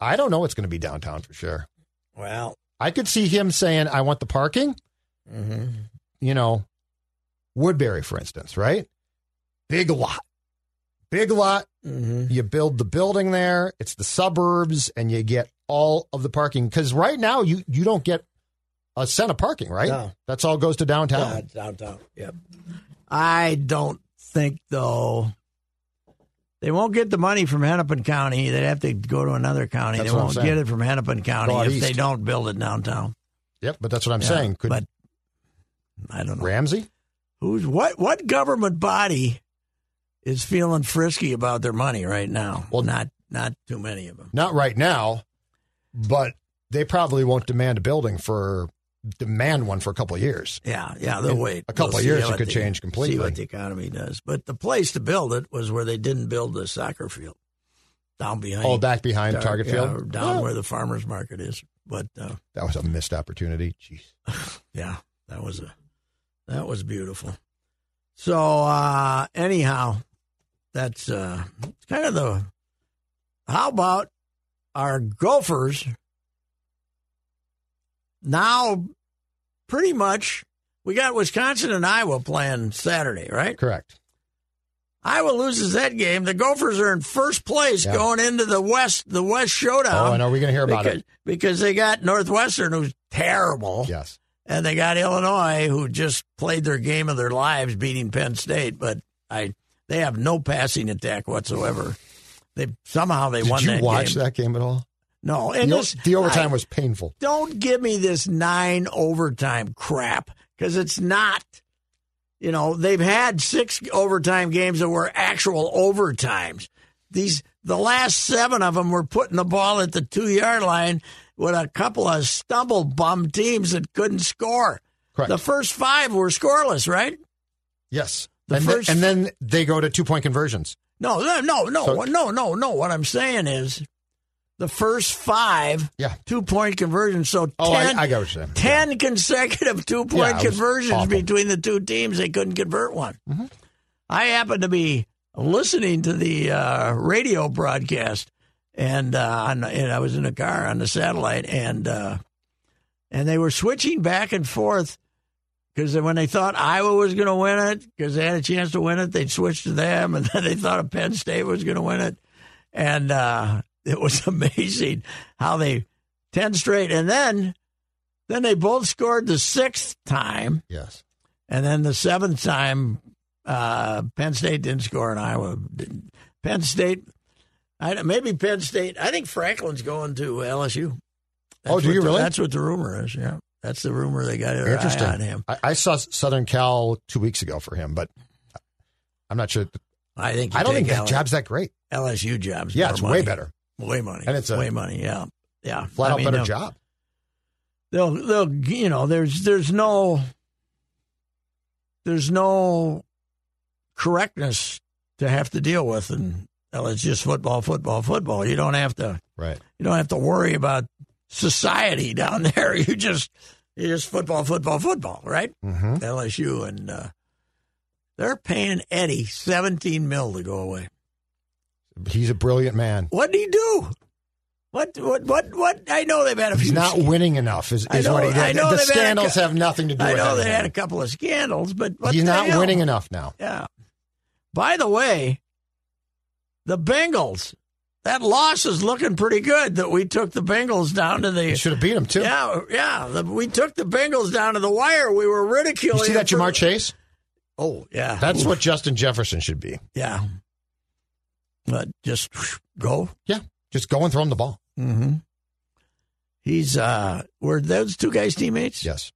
[SPEAKER 4] I don't know it's going to be downtown for sure.
[SPEAKER 1] well,
[SPEAKER 4] I could see him saying, I want the parking.
[SPEAKER 1] mm-hmm,
[SPEAKER 4] You know, Woodbury, for instance, right? Big lot. Big lot.
[SPEAKER 1] hmm
[SPEAKER 4] You build the building there, it's the suburbs, and you get all of the parking. Because right now, you, you don't get a cent of parking, right?
[SPEAKER 1] No.
[SPEAKER 4] That's all goes to downtown.
[SPEAKER 1] Uh, downtown. Yep. I don't think though they won't get the money from Hennepin County. They'd have to go to another county.
[SPEAKER 4] That's
[SPEAKER 1] they
[SPEAKER 4] what I'm
[SPEAKER 1] won't
[SPEAKER 4] saying.
[SPEAKER 1] get it from Hennepin County
[SPEAKER 4] out
[SPEAKER 1] if
[SPEAKER 4] east.
[SPEAKER 1] they don't build it downtown.
[SPEAKER 4] Yep, but that's what I'm
[SPEAKER 1] Yeah,
[SPEAKER 4] saying. Could
[SPEAKER 1] but I don't know
[SPEAKER 4] Ramsey?
[SPEAKER 1] who's what. What government body is feeling frisky about their money right now? Well, not not too many of them.
[SPEAKER 4] Not right now, but they probably won't demand a building for demand one for a couple of years.
[SPEAKER 1] Yeah, yeah, they'll wait.
[SPEAKER 4] a couple
[SPEAKER 1] We'll
[SPEAKER 4] of
[SPEAKER 1] see
[SPEAKER 4] years,
[SPEAKER 1] how
[SPEAKER 4] it could change completely.
[SPEAKER 1] See what the economy does. But the place to build it was where they didn't build the soccer field down behind.
[SPEAKER 4] All back Oh, behind
[SPEAKER 1] Tar-
[SPEAKER 4] Target
[SPEAKER 1] yeah,
[SPEAKER 4] Field.
[SPEAKER 1] down
[SPEAKER 4] Oh,
[SPEAKER 1] where the farmers market is. But uh,
[SPEAKER 4] that was a missed opportunity. Jeez.
[SPEAKER 1] yeah, that was a that was beautiful. So uh, anyhow, that's uh, it's kind of the. How about our Gophers? Now, pretty much, we got Wisconsin and Iowa playing Saturday, right?
[SPEAKER 4] Correct.
[SPEAKER 1] Iowa loses that game. The Gophers are in first place
[SPEAKER 4] Yeah.
[SPEAKER 1] going into the West, the West Showdown.
[SPEAKER 4] oh, and are we going to hear about
[SPEAKER 1] because,
[SPEAKER 4] it?
[SPEAKER 1] because they got Northwestern, who's terrible,
[SPEAKER 4] Yes.
[SPEAKER 1] and they got Illinois, who just played their game of their lives, beating Penn State. But I, they have no passing attack whatsoever. They somehow they won
[SPEAKER 4] Did you
[SPEAKER 1] that
[SPEAKER 4] watch
[SPEAKER 1] game.
[SPEAKER 4] that game at all?
[SPEAKER 1] No,
[SPEAKER 4] The,
[SPEAKER 1] and this,
[SPEAKER 4] the overtime
[SPEAKER 1] I-
[SPEAKER 4] was painful.
[SPEAKER 1] don't give me this nine overtime crap because it's not. You know, they've had six overtime games that were actual overtimes. These the last seven of them were putting the ball at the two yard line with a couple of stumble bum teams that couldn't score.
[SPEAKER 4] Correct.
[SPEAKER 1] The first five were scoreless, right?
[SPEAKER 4] yes.
[SPEAKER 1] the
[SPEAKER 4] and, th-
[SPEAKER 1] first-
[SPEAKER 4] and then they go to two point conversions.
[SPEAKER 1] No, no, no, no,
[SPEAKER 4] So-
[SPEAKER 1] no, no, no. What I'm saying is, the first five
[SPEAKER 4] Yeah.
[SPEAKER 1] two point conversions. So ten.
[SPEAKER 4] Oh, I, I got what you're saying.
[SPEAKER 1] 10 consecutive two point
[SPEAKER 4] Yeah, it was
[SPEAKER 1] conversions
[SPEAKER 4] awful. Mm-hmm.
[SPEAKER 1] between the two teams. They couldn't convert one. I happened to be listening to the uh, radio broadcast, and, uh, on, and I was in a car on the satellite, and, uh, and they were switching back and forth because when they thought Iowa was going to win it, because they had a chance to win it, they'd switch to them, and then they thought Penn State was going to win it, and uh, it was amazing how they ten straight, and then then they both scored the sixth time,
[SPEAKER 4] Yes.
[SPEAKER 1] and then the seventh time, uh, Penn State didn't score, and Iowa didn't. Penn State, I, don't- maybe Penn State. I think Franklin's going to LSU.
[SPEAKER 4] Oh, do
[SPEAKER 1] what
[SPEAKER 4] you
[SPEAKER 1] the-
[SPEAKER 4] really?
[SPEAKER 1] That's what the rumor is. Yeah, that's the rumor they got their
[SPEAKER 4] Interesting.
[SPEAKER 1] eye on him.
[SPEAKER 4] I, I saw Southern Cal two weeks ago for him, but I'm not sure.
[SPEAKER 1] I think. you
[SPEAKER 4] I don't
[SPEAKER 1] take
[SPEAKER 4] think that
[SPEAKER 1] L-
[SPEAKER 4] job's that great.
[SPEAKER 1] LSU jobs.
[SPEAKER 4] Yeah,
[SPEAKER 1] more
[SPEAKER 4] it's
[SPEAKER 1] money.
[SPEAKER 4] way better.
[SPEAKER 1] Way money,
[SPEAKER 4] And it's a-
[SPEAKER 1] way money. Yeah, yeah.
[SPEAKER 4] Flat
[SPEAKER 1] I
[SPEAKER 4] out
[SPEAKER 1] mean,
[SPEAKER 4] better
[SPEAKER 1] they'll-
[SPEAKER 4] job.
[SPEAKER 1] They'll, they'll, you know, there's, there's no, there's no correctness to have to deal with, and well, it's just football, football, football. You don't have to,
[SPEAKER 4] Right.
[SPEAKER 1] you don't have to worry about society down there. You just, you just football, football, football, right?
[SPEAKER 4] Mm-hmm.
[SPEAKER 1] LSU and uh, they're paying Eddie seventeen mil to go away.
[SPEAKER 4] He's a brilliant man.
[SPEAKER 1] What do you do? What what what what? I know they've had a
[SPEAKER 4] He's
[SPEAKER 1] few.
[SPEAKER 4] not winning enough. Is,
[SPEAKER 1] I
[SPEAKER 4] is
[SPEAKER 1] know-
[SPEAKER 4] what he
[SPEAKER 1] I
[SPEAKER 4] did.
[SPEAKER 1] know
[SPEAKER 4] The
[SPEAKER 1] they've had a
[SPEAKER 4] scandals
[SPEAKER 1] cou-
[SPEAKER 4] have nothing to do
[SPEAKER 1] I
[SPEAKER 4] with
[SPEAKER 1] know they
[SPEAKER 4] anything.
[SPEAKER 1] had a couple of scandals, but what
[SPEAKER 4] He's
[SPEAKER 1] the
[SPEAKER 4] not
[SPEAKER 1] hell?
[SPEAKER 4] winning enough now.
[SPEAKER 1] Yeah. By the way, the Bengals. That loss is looking pretty good. That we took the Bengals down to
[SPEAKER 4] He
[SPEAKER 1] the.
[SPEAKER 4] should have beat him too.
[SPEAKER 1] Yeah, yeah. The, we took the Bengals down to the wire. We were ridiculing.
[SPEAKER 4] you see that
[SPEAKER 1] them for-
[SPEAKER 4] Jamar Chase?
[SPEAKER 1] Oh yeah,
[SPEAKER 4] That's what Justin Jefferson should be.
[SPEAKER 1] yeah. But just whoosh, go.
[SPEAKER 4] Yeah, just go and throw him the ball.
[SPEAKER 1] Mm-hmm. He's uh, were those two guys teammates?
[SPEAKER 4] Yes.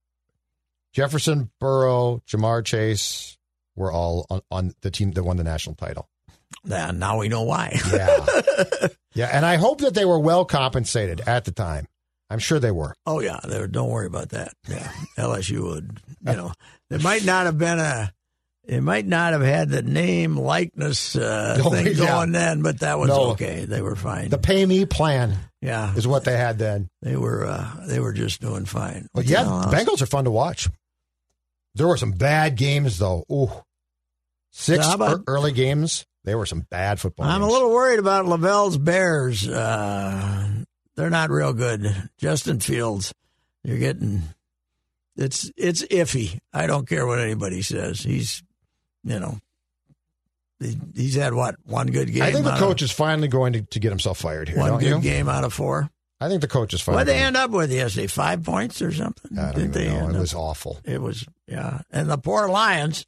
[SPEAKER 4] Jefferson, Burrow, Jamar Chase were all on, on the team that won the national title.
[SPEAKER 1] Yeah, now we know why.
[SPEAKER 4] Yeah. yeah. And I hope that they were well compensated at the time. I'm sure they were.
[SPEAKER 1] Oh yeah, there. Don't worry about that. Yeah, LSU would. You know, there might not have been a. It might not have had the name likeness uh,
[SPEAKER 4] Oh,
[SPEAKER 1] thing
[SPEAKER 4] yeah.
[SPEAKER 1] going then, but that was
[SPEAKER 4] No.
[SPEAKER 1] okay. They were fine.
[SPEAKER 4] The pay me plan
[SPEAKER 1] yeah,
[SPEAKER 4] is what they had then.
[SPEAKER 1] they were. Uh, they were just doing fine.
[SPEAKER 4] But yeah,
[SPEAKER 1] You know,
[SPEAKER 4] the Bengals are fun to watch. There were some bad games though. Ooh. Six
[SPEAKER 1] So how about-
[SPEAKER 4] ear- early games. There were some bad football
[SPEAKER 1] I'm a
[SPEAKER 4] games.
[SPEAKER 1] little worried about Lavelle's Bears. Uh, they're not real good. Justin Fields, you're getting. It's it's iffy. I don't care what anybody says. He's, you know, he, he's had what one good game.
[SPEAKER 4] I think the
[SPEAKER 1] out
[SPEAKER 4] coach is finally going to, to get himself fired
[SPEAKER 1] Of,
[SPEAKER 4] here,
[SPEAKER 1] one
[SPEAKER 4] don't
[SPEAKER 1] good
[SPEAKER 4] you?
[SPEAKER 1] game out of four.
[SPEAKER 4] I think the coach is
[SPEAKER 1] What
[SPEAKER 4] finally
[SPEAKER 1] would they
[SPEAKER 4] going-
[SPEAKER 1] end up with yesterday? Five points or something?
[SPEAKER 4] I don't
[SPEAKER 1] Did
[SPEAKER 4] even
[SPEAKER 1] they
[SPEAKER 4] know.
[SPEAKER 1] end
[SPEAKER 4] It
[SPEAKER 1] up-
[SPEAKER 4] was awful.
[SPEAKER 1] It was yeah. And the poor Lions,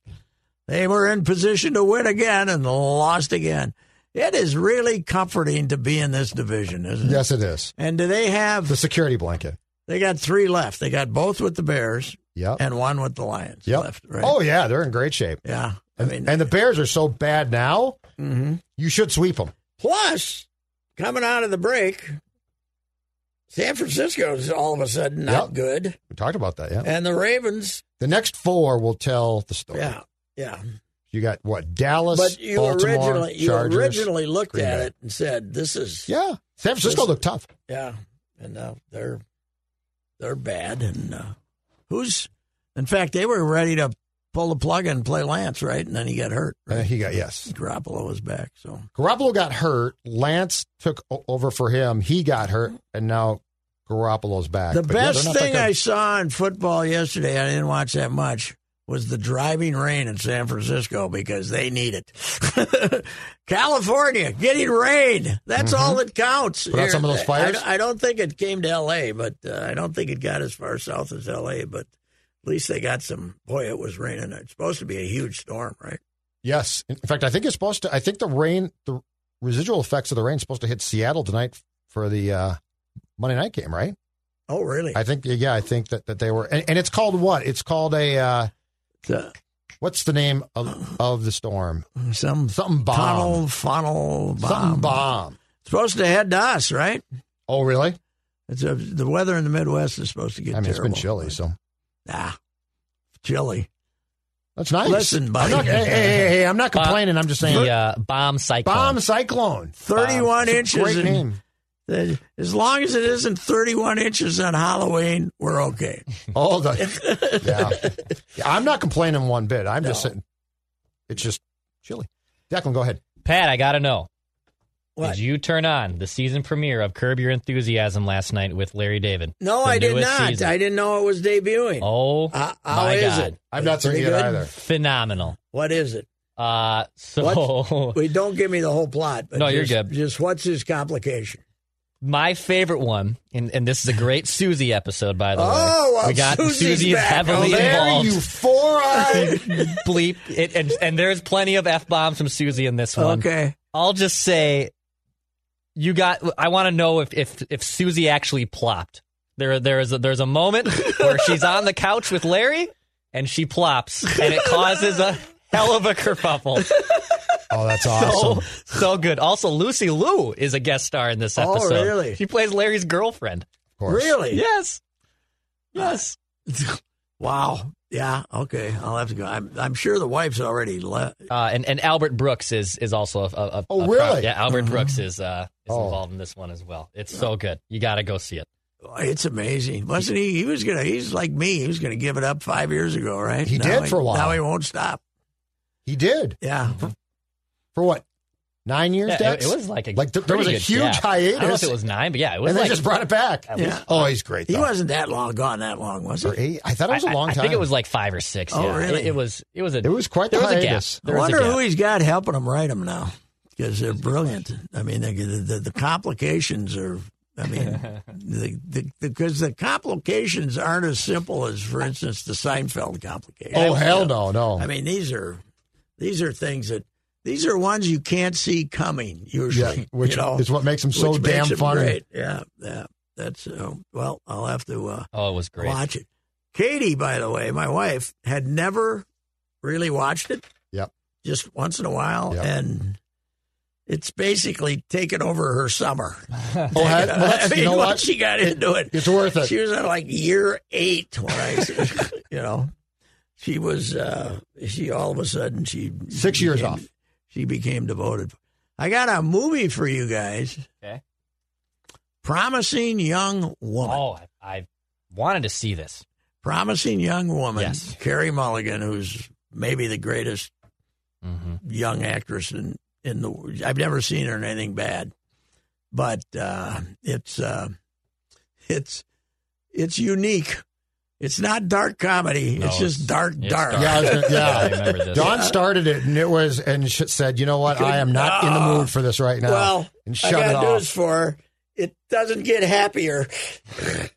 [SPEAKER 1] they were in position to win again and lost again. It is really comforting to be in this division, isn't it?
[SPEAKER 4] Yes, it is.
[SPEAKER 1] And do they have?
[SPEAKER 4] The security blanket.
[SPEAKER 1] They got three left. They got both with the Bears
[SPEAKER 4] Yep.
[SPEAKER 1] and one with the Lions
[SPEAKER 4] yep.
[SPEAKER 1] left. Right?
[SPEAKER 4] Oh yeah, they're in great shape.
[SPEAKER 1] yeah. I
[SPEAKER 4] And,
[SPEAKER 1] mean,
[SPEAKER 4] and the Bears are so bad now.
[SPEAKER 1] mhm.
[SPEAKER 4] You should sweep them.
[SPEAKER 1] plus coming out of the break, San Francisco's all of a sudden not
[SPEAKER 4] Yep.
[SPEAKER 1] good,
[SPEAKER 4] We talked about that, yeah.
[SPEAKER 1] and the Ravens,
[SPEAKER 4] The next four will tell the story.
[SPEAKER 1] yeah, yeah.
[SPEAKER 4] You got what? Dallas,
[SPEAKER 1] But you
[SPEAKER 4] Baltimore,
[SPEAKER 1] originally you
[SPEAKER 4] Chargers.
[SPEAKER 1] originally looked
[SPEAKER 4] Green
[SPEAKER 1] at
[SPEAKER 4] Bay.
[SPEAKER 1] it and said, "This is
[SPEAKER 4] yeah. San Francisco
[SPEAKER 1] Listen.
[SPEAKER 4] looked tough.
[SPEAKER 1] yeah," and uh, they're they're bad. And uh, who's, in fact, they were ready to pull the plug and play Lance, right? And then he got hurt.
[SPEAKER 4] Uh,
[SPEAKER 1] Right?
[SPEAKER 4] he got yes.
[SPEAKER 1] Garoppolo was back, so
[SPEAKER 4] Garoppolo got hurt. Lance took o- over for him. He got hurt, and now Garoppolo's back.
[SPEAKER 1] The
[SPEAKER 4] But yeah, they're
[SPEAKER 1] best
[SPEAKER 4] not that
[SPEAKER 1] thing
[SPEAKER 4] good.
[SPEAKER 1] I saw in football yesterday, I didn't watch that much, was the driving rain in San Francisco because they need it. California getting rain. That's all that counts.
[SPEAKER 4] Mm-hmm. Put out
[SPEAKER 1] Here,
[SPEAKER 4] some of those
[SPEAKER 1] I-
[SPEAKER 4] fires?
[SPEAKER 1] I, I don't think it came to L.A., but uh, I don't think it got as far south as L.A., but at least they got some. Boy, it was raining. It's supposed to be a huge storm, right?
[SPEAKER 4] Yes. In fact, I think it's supposed to. I think the rain, the residual effects of the rain, is supposed to hit Seattle tonight for the uh, Monday night game, right?
[SPEAKER 1] Oh, really?
[SPEAKER 4] I think. Yeah, I think that, that they were. And, and it's called what? It's called a. Uh,
[SPEAKER 1] Uh,
[SPEAKER 4] what's the name of of the storm?
[SPEAKER 1] some
[SPEAKER 4] Something bomb.
[SPEAKER 1] tunnel, funnel, bomb.
[SPEAKER 4] Something bomb.
[SPEAKER 1] Supposed to head to us, right?
[SPEAKER 4] Oh, really?
[SPEAKER 1] It's a, the weather in the Midwest is supposed to get.
[SPEAKER 4] I mean, it's been
[SPEAKER 1] terrible.
[SPEAKER 4] chilly, so
[SPEAKER 1] Nah, chilly.
[SPEAKER 4] that's nice.
[SPEAKER 1] Listen, buddy.
[SPEAKER 4] I'm not, hey, hey, hey, hey, I'm not
[SPEAKER 5] Bomb-
[SPEAKER 4] complaining. I'm just saying,
[SPEAKER 5] the uh, bomb cyclone.
[SPEAKER 4] bomb cyclone.
[SPEAKER 1] Thirty-one
[SPEAKER 4] It's a
[SPEAKER 1] inches.
[SPEAKER 4] Great
[SPEAKER 1] and-
[SPEAKER 4] name.
[SPEAKER 1] uh, As long as it isn't thirty-one inches on Halloween, we're okay.
[SPEAKER 4] Oh, the yeah. yeah. I'm not complaining one bit. I'm just
[SPEAKER 1] No.
[SPEAKER 4] saying, it's just chilly. Declan, go ahead.
[SPEAKER 5] Pat, I gotta know.
[SPEAKER 1] What?
[SPEAKER 5] Did you turn on the season premiere of Curb Your Enthusiasm last night with Larry David?
[SPEAKER 1] No,
[SPEAKER 5] The
[SPEAKER 1] I did
[SPEAKER 5] newest
[SPEAKER 1] not.
[SPEAKER 5] season.
[SPEAKER 1] I didn't know it was debuting.
[SPEAKER 5] Oh
[SPEAKER 1] Uh, how
[SPEAKER 5] my
[SPEAKER 1] is
[SPEAKER 5] God!
[SPEAKER 1] it?
[SPEAKER 4] I've not seen
[SPEAKER 1] Pretty
[SPEAKER 4] it
[SPEAKER 1] good?
[SPEAKER 4] either.
[SPEAKER 5] Phenomenal.
[SPEAKER 1] What is it?
[SPEAKER 5] Uh, so
[SPEAKER 1] What? Wait, don't give me the whole plot. But
[SPEAKER 5] No, you're
[SPEAKER 1] just,
[SPEAKER 5] good.
[SPEAKER 1] Just what's his complication?
[SPEAKER 5] my favorite one, and, and this is a great Susie episode, by the way.
[SPEAKER 1] Oh, well,
[SPEAKER 5] we got
[SPEAKER 1] Susie's
[SPEAKER 5] Susie is
[SPEAKER 1] back.
[SPEAKER 5] heavily
[SPEAKER 1] Oh, there
[SPEAKER 5] involved.
[SPEAKER 4] you four-eyed.
[SPEAKER 5] bleep it, and, and there's plenty of f bombs from Susie in this one.
[SPEAKER 1] Okay.
[SPEAKER 5] I'll just say, you got. I want to know if if if Susie actually plopped. There there is a, there's a moment where she's on the couch with Larry and she plops, and it causes a hell of a kerfuffle.
[SPEAKER 4] oh, that's awesome.
[SPEAKER 5] So so good. Also, Lucy Liu is a guest star in this
[SPEAKER 1] Oh,
[SPEAKER 5] episode.
[SPEAKER 1] really?
[SPEAKER 5] She plays Larry's girlfriend.
[SPEAKER 4] of course.
[SPEAKER 1] Really?
[SPEAKER 5] Yes. Yes.
[SPEAKER 1] Wow. Yeah. Okay. I'll have to go. I'm, I'm sure the wife's already left.
[SPEAKER 5] Uh, and and Albert Brooks is is also a, a, a
[SPEAKER 4] Oh,
[SPEAKER 5] a
[SPEAKER 4] really?
[SPEAKER 5] yeah Albert Brooks is uh is
[SPEAKER 4] Oh.
[SPEAKER 5] involved in this one as well. It's so good. You got to go see it.
[SPEAKER 1] It's amazing, wasn't he? He was gonna. He's like me. He was gonna give it up five years ago, right?
[SPEAKER 4] He did for a while.
[SPEAKER 1] Now he won't stop.
[SPEAKER 4] He did
[SPEAKER 1] Yeah,
[SPEAKER 4] for what? Nine years.
[SPEAKER 5] Yeah, it,
[SPEAKER 4] Dex?
[SPEAKER 5] it was like a
[SPEAKER 4] like th- there was a
[SPEAKER 5] pretty good
[SPEAKER 4] huge
[SPEAKER 5] gap. I don't know
[SPEAKER 4] hiatus,
[SPEAKER 5] if it was nine, but yeah, it was
[SPEAKER 4] and they
[SPEAKER 5] like
[SPEAKER 4] just brought it back.
[SPEAKER 1] least- Yeah.
[SPEAKER 4] Oh, he's great.
[SPEAKER 1] he
[SPEAKER 4] though.
[SPEAKER 1] wasn't that long gone. That long was
[SPEAKER 4] Or
[SPEAKER 1] it?
[SPEAKER 4] eight. I thought it was
[SPEAKER 5] I-
[SPEAKER 4] a long
[SPEAKER 5] I,
[SPEAKER 4] time.
[SPEAKER 5] I think it was like five or six.
[SPEAKER 1] Oh,
[SPEAKER 5] yeah.
[SPEAKER 1] really?
[SPEAKER 5] It, it was. It was a.
[SPEAKER 4] It was quite the
[SPEAKER 5] There was a gap.
[SPEAKER 4] hiatus.
[SPEAKER 5] There
[SPEAKER 1] I
[SPEAKER 5] was a
[SPEAKER 1] wonder
[SPEAKER 5] gap.
[SPEAKER 1] who he's got helping him write him now because they're brilliant. I mean, the, the, the complications are. I mean, the, the, because the complications aren't as simple as, for instance, the Seinfeld complications.
[SPEAKER 4] Oh hell
[SPEAKER 1] You know?
[SPEAKER 4] no, no.
[SPEAKER 1] I mean, these are these are things that these are ones you can't see coming usually.
[SPEAKER 4] yeah, which
[SPEAKER 1] you know?
[SPEAKER 4] is what makes him so
[SPEAKER 1] Which makes
[SPEAKER 4] damn
[SPEAKER 1] it
[SPEAKER 4] funny.
[SPEAKER 1] great. Yeah, yeah. That's uh, well, I'll have to uh,
[SPEAKER 5] oh, it was great.
[SPEAKER 1] watch it. Katie, by the way, my wife had never really watched it.
[SPEAKER 4] Yep.
[SPEAKER 1] Just once in a while,
[SPEAKER 4] Yep. Mm-hmm.
[SPEAKER 1] and it's basically taken over her summer.
[SPEAKER 4] Oh, had- well,
[SPEAKER 1] I
[SPEAKER 4] that's-
[SPEAKER 1] mean,
[SPEAKER 4] you know
[SPEAKER 1] once
[SPEAKER 4] what?
[SPEAKER 1] she got into it,
[SPEAKER 4] It's worth it.
[SPEAKER 1] she was at like year eight when I, you know, she was. Uh, she all of a sudden she
[SPEAKER 4] Six years
[SPEAKER 1] became-
[SPEAKER 4] off.
[SPEAKER 1] She became devoted. I got a movie for you guys.
[SPEAKER 5] Okay.
[SPEAKER 1] Promising young woman.
[SPEAKER 5] Oh, I, I wanted to see this.
[SPEAKER 1] Promising young woman.
[SPEAKER 5] Yes.
[SPEAKER 1] Carrie Mulligan, who's maybe the greatest
[SPEAKER 5] Mhm.
[SPEAKER 1] young actress in in the. I've never seen her in anything bad, but uh, it's uh, it's it's unique. It's not dark comedy.
[SPEAKER 5] No,
[SPEAKER 1] it's just
[SPEAKER 5] it's-
[SPEAKER 1] dark,
[SPEAKER 5] it's
[SPEAKER 1] dark.
[SPEAKER 5] dark.
[SPEAKER 4] Yeah, I was gonna- yeah.
[SPEAKER 5] I remember this.
[SPEAKER 4] Don started it, and it was, and sh- said, "You know what? I am not in the mood for this right now."
[SPEAKER 1] Well,
[SPEAKER 4] and
[SPEAKER 1] I
[SPEAKER 4] shut it
[SPEAKER 1] got
[SPEAKER 4] off.
[SPEAKER 1] news for her. It doesn't get happier.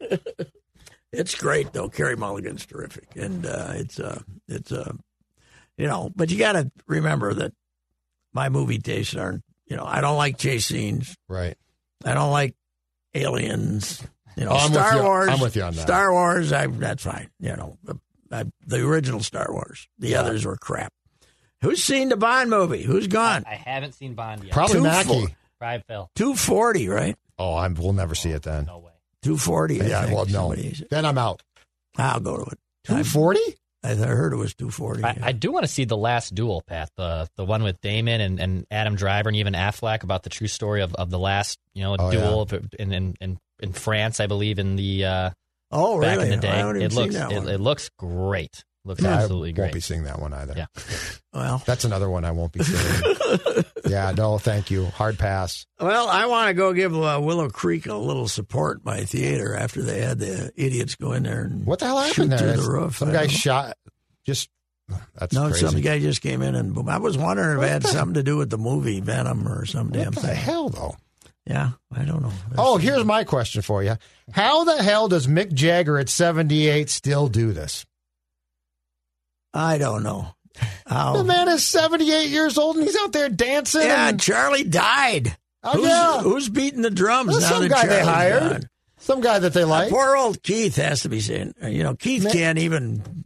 [SPEAKER 1] it's great though. Carrie Mulligan's terrific, and uh, it's uh, it's uh, you know. But you got to remember that my movie tastes aren't. You know, I don't like chase scenes.
[SPEAKER 4] right?
[SPEAKER 1] I don't like aliens. You know,
[SPEAKER 4] Oh, I'm with
[SPEAKER 1] Star
[SPEAKER 4] you.
[SPEAKER 1] Wars.
[SPEAKER 4] I'm with you on that.
[SPEAKER 1] Star Wars. I that's fine. You know, I, the original Star Wars. The others were crap. Who's seen the Bond movie? Who's gone?
[SPEAKER 5] I haven't seen Bond yet.
[SPEAKER 4] Probably
[SPEAKER 1] Two
[SPEAKER 4] Mackey.
[SPEAKER 1] for-
[SPEAKER 5] Probably fell.
[SPEAKER 1] Two forty, right?
[SPEAKER 4] Oh, I'm, we'll never see it then.
[SPEAKER 5] No way.
[SPEAKER 1] Two forty.
[SPEAKER 4] yeah, well, no. Then I'm out.
[SPEAKER 1] I'll go to it.
[SPEAKER 4] Two forty?
[SPEAKER 1] I heard it was two forty.
[SPEAKER 5] I, I do want to see the last duel, Pat, the the one with Damon and, and Adam Driver and even Affleck about the true story of, of the last you know
[SPEAKER 4] Oh,
[SPEAKER 5] duel of- in, in in in France, I believe, in the uh,
[SPEAKER 1] oh, really?
[SPEAKER 5] back in the day.
[SPEAKER 1] I haven't even
[SPEAKER 5] it
[SPEAKER 1] seen
[SPEAKER 5] looks
[SPEAKER 1] that
[SPEAKER 5] it,
[SPEAKER 1] one.
[SPEAKER 5] it looks great. Looks
[SPEAKER 4] Yeah,
[SPEAKER 5] absolutely
[SPEAKER 4] I
[SPEAKER 5] great.
[SPEAKER 4] Won't be seeing that one either.
[SPEAKER 5] Yeah.
[SPEAKER 1] well,
[SPEAKER 4] That's another one I won't be seeing. yeah, no, thank you. Hard pass.
[SPEAKER 1] well, I want to go give uh, Willow Creek a little support by theater after they had the idiots go in there and
[SPEAKER 4] What the hell happened
[SPEAKER 1] shoot
[SPEAKER 4] there?
[SPEAKER 1] through
[SPEAKER 4] That's-
[SPEAKER 1] the roof.
[SPEAKER 4] Some
[SPEAKER 1] I
[SPEAKER 4] guy
[SPEAKER 1] don't know.
[SPEAKER 4] shot. Just that's
[SPEAKER 1] no,
[SPEAKER 4] crazy.
[SPEAKER 1] some guy just came in and boom. I was wondering if it had something to do with the movie Venom or some damn
[SPEAKER 4] what the
[SPEAKER 1] thing.
[SPEAKER 4] hell though?
[SPEAKER 1] Yeah, I don't know.
[SPEAKER 4] Oh, here's my question for you. How the hell does Mick Jagger at 78 still do this?
[SPEAKER 1] I don't know.
[SPEAKER 4] The
[SPEAKER 1] How?
[SPEAKER 4] man is 78 years old and he's out there dancing.
[SPEAKER 1] Oh. Yeah,
[SPEAKER 4] and-
[SPEAKER 1] Charlie died.
[SPEAKER 4] Oh,
[SPEAKER 1] who's,
[SPEAKER 4] yeah.
[SPEAKER 1] who's beating the drums
[SPEAKER 4] There's
[SPEAKER 1] now
[SPEAKER 4] some
[SPEAKER 1] that
[SPEAKER 4] guy they
[SPEAKER 1] Charlie's
[SPEAKER 4] hired.
[SPEAKER 1] gone? Uh,
[SPEAKER 4] Some guy that they like.
[SPEAKER 1] Poor old Keith has to be saying, uh, you know, Keith
[SPEAKER 4] Ma-
[SPEAKER 1] can't even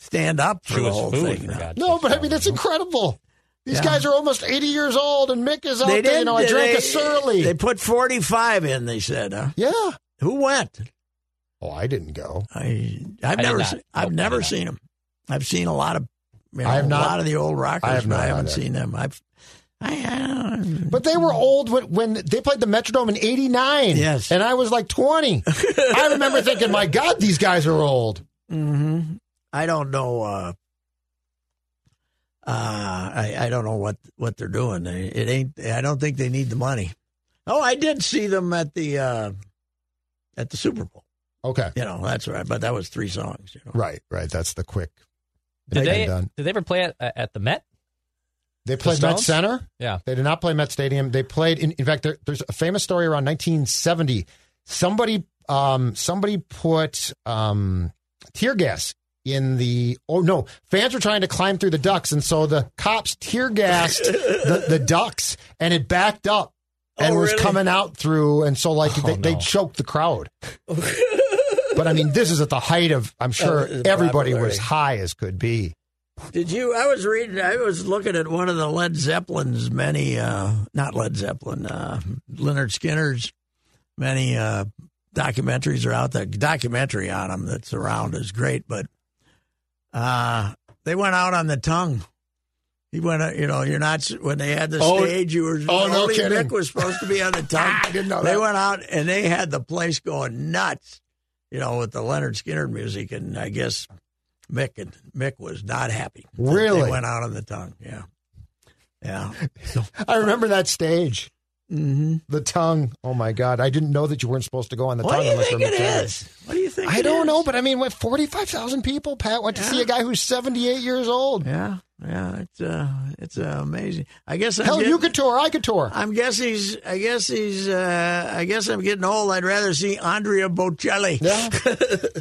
[SPEAKER 1] stand up for
[SPEAKER 5] She
[SPEAKER 1] the
[SPEAKER 5] was
[SPEAKER 1] whole
[SPEAKER 5] food,
[SPEAKER 1] thing.
[SPEAKER 5] for
[SPEAKER 1] now.
[SPEAKER 5] God's
[SPEAKER 4] No,
[SPEAKER 5] sake.
[SPEAKER 4] but I mean, it's incredible. These
[SPEAKER 1] Yeah.
[SPEAKER 4] guys are almost 80 years old and Mick is out there. You know, I drank
[SPEAKER 1] they-
[SPEAKER 4] a Surly.
[SPEAKER 1] They put forty-five in. They said, huh?
[SPEAKER 4] yeah.
[SPEAKER 1] "Who went?"
[SPEAKER 4] Oh, I didn't go.
[SPEAKER 1] I I've
[SPEAKER 5] I did
[SPEAKER 1] never
[SPEAKER 5] not.
[SPEAKER 1] se- I've
[SPEAKER 5] Nope, I
[SPEAKER 1] never
[SPEAKER 5] did not.
[SPEAKER 1] seen them. I've seen a lot of you know,
[SPEAKER 4] I have
[SPEAKER 1] a
[SPEAKER 4] not-
[SPEAKER 1] lot of the old rockers,
[SPEAKER 4] I have
[SPEAKER 1] but
[SPEAKER 4] not
[SPEAKER 1] I haven't
[SPEAKER 4] either.
[SPEAKER 1] seen them. I've I, I don't,
[SPEAKER 4] But they were old when, when they played the Metrodome in 89.
[SPEAKER 1] Yes.
[SPEAKER 4] And I was like 20. I remember thinking, my God, these guys are old.
[SPEAKER 1] hmm I don't know. Uh, uh, I I don't know what what they're doing. They- It ain't. I don't think they need the money. Oh, I did see them at the uh, at the Super Bowl.
[SPEAKER 4] Okay.
[SPEAKER 1] You know, that's right. But that was three songs. You know.
[SPEAKER 4] Right, right. That's the quick.
[SPEAKER 5] did
[SPEAKER 4] they've
[SPEAKER 5] they
[SPEAKER 4] done.
[SPEAKER 5] did they ever play at, at the Met?
[SPEAKER 4] They played Met
[SPEAKER 5] Stones?
[SPEAKER 4] Center.
[SPEAKER 5] Yeah.
[SPEAKER 4] They did not play Met Stadium. They played in. In fact, there, there's a famous story around 1970. Somebody, um, somebody put um, tear gas in the. Oh no, fans were trying to climb through the ducks, and so the cops tear gassed the, the ducks, and it backed up and
[SPEAKER 1] Oh,
[SPEAKER 4] was
[SPEAKER 1] really?
[SPEAKER 4] coming out through, and so like
[SPEAKER 5] Oh,
[SPEAKER 4] they, they
[SPEAKER 5] no.
[SPEAKER 4] choked the crowd. but I mean, this is at the height of. I'm sure
[SPEAKER 1] the
[SPEAKER 4] everybody
[SPEAKER 1] popularity.
[SPEAKER 4] was high as could be.
[SPEAKER 1] Did you? I was reading. I was looking at one of the Led Zeppelin's many, uh, not Led Zeppelin, uh, Leonard Skinner's many uh, documentaries are out. The documentary on him that's around is great, but uh, they went out on the tongue. He went, out- you know, you're not when they had the
[SPEAKER 4] Oh,
[SPEAKER 1] stage. You were
[SPEAKER 4] oh, no
[SPEAKER 1] only
[SPEAKER 4] kidding.
[SPEAKER 1] Mick was supposed to be on the tongue.
[SPEAKER 4] I didn't know
[SPEAKER 1] They
[SPEAKER 4] that.
[SPEAKER 1] went out and they had the place going nuts, you know, with the Leonard Skinner music, and I guess Mick and Mick was not happy. They-
[SPEAKER 4] Really?
[SPEAKER 1] they went out on the tongue. Yeah, yeah.
[SPEAKER 4] I remember that stage.
[SPEAKER 1] Mm-hmm.
[SPEAKER 4] The tongue. Oh my God! I didn't know that you weren't supposed to go on the
[SPEAKER 1] What
[SPEAKER 4] tongue
[SPEAKER 1] do you
[SPEAKER 4] unless
[SPEAKER 1] think
[SPEAKER 4] you're
[SPEAKER 1] it
[SPEAKER 4] Mick
[SPEAKER 1] is? What do you think?
[SPEAKER 4] Jagger. I
[SPEAKER 1] it
[SPEAKER 4] don't
[SPEAKER 1] is?
[SPEAKER 4] know, but I mean, what forty-five thousand people, Pat, went to see a guy who's seventy-eight years old.
[SPEAKER 1] yeah, yeah. It's uh, it's uh, amazing. I guess I'm
[SPEAKER 4] Hell,
[SPEAKER 1] getting-
[SPEAKER 4] you could tour. I could tour.
[SPEAKER 1] I'm guess he's. I guess he's. Uh, I guess I'm getting old. I'd rather see Andrea Bocelli
[SPEAKER 4] Yeah,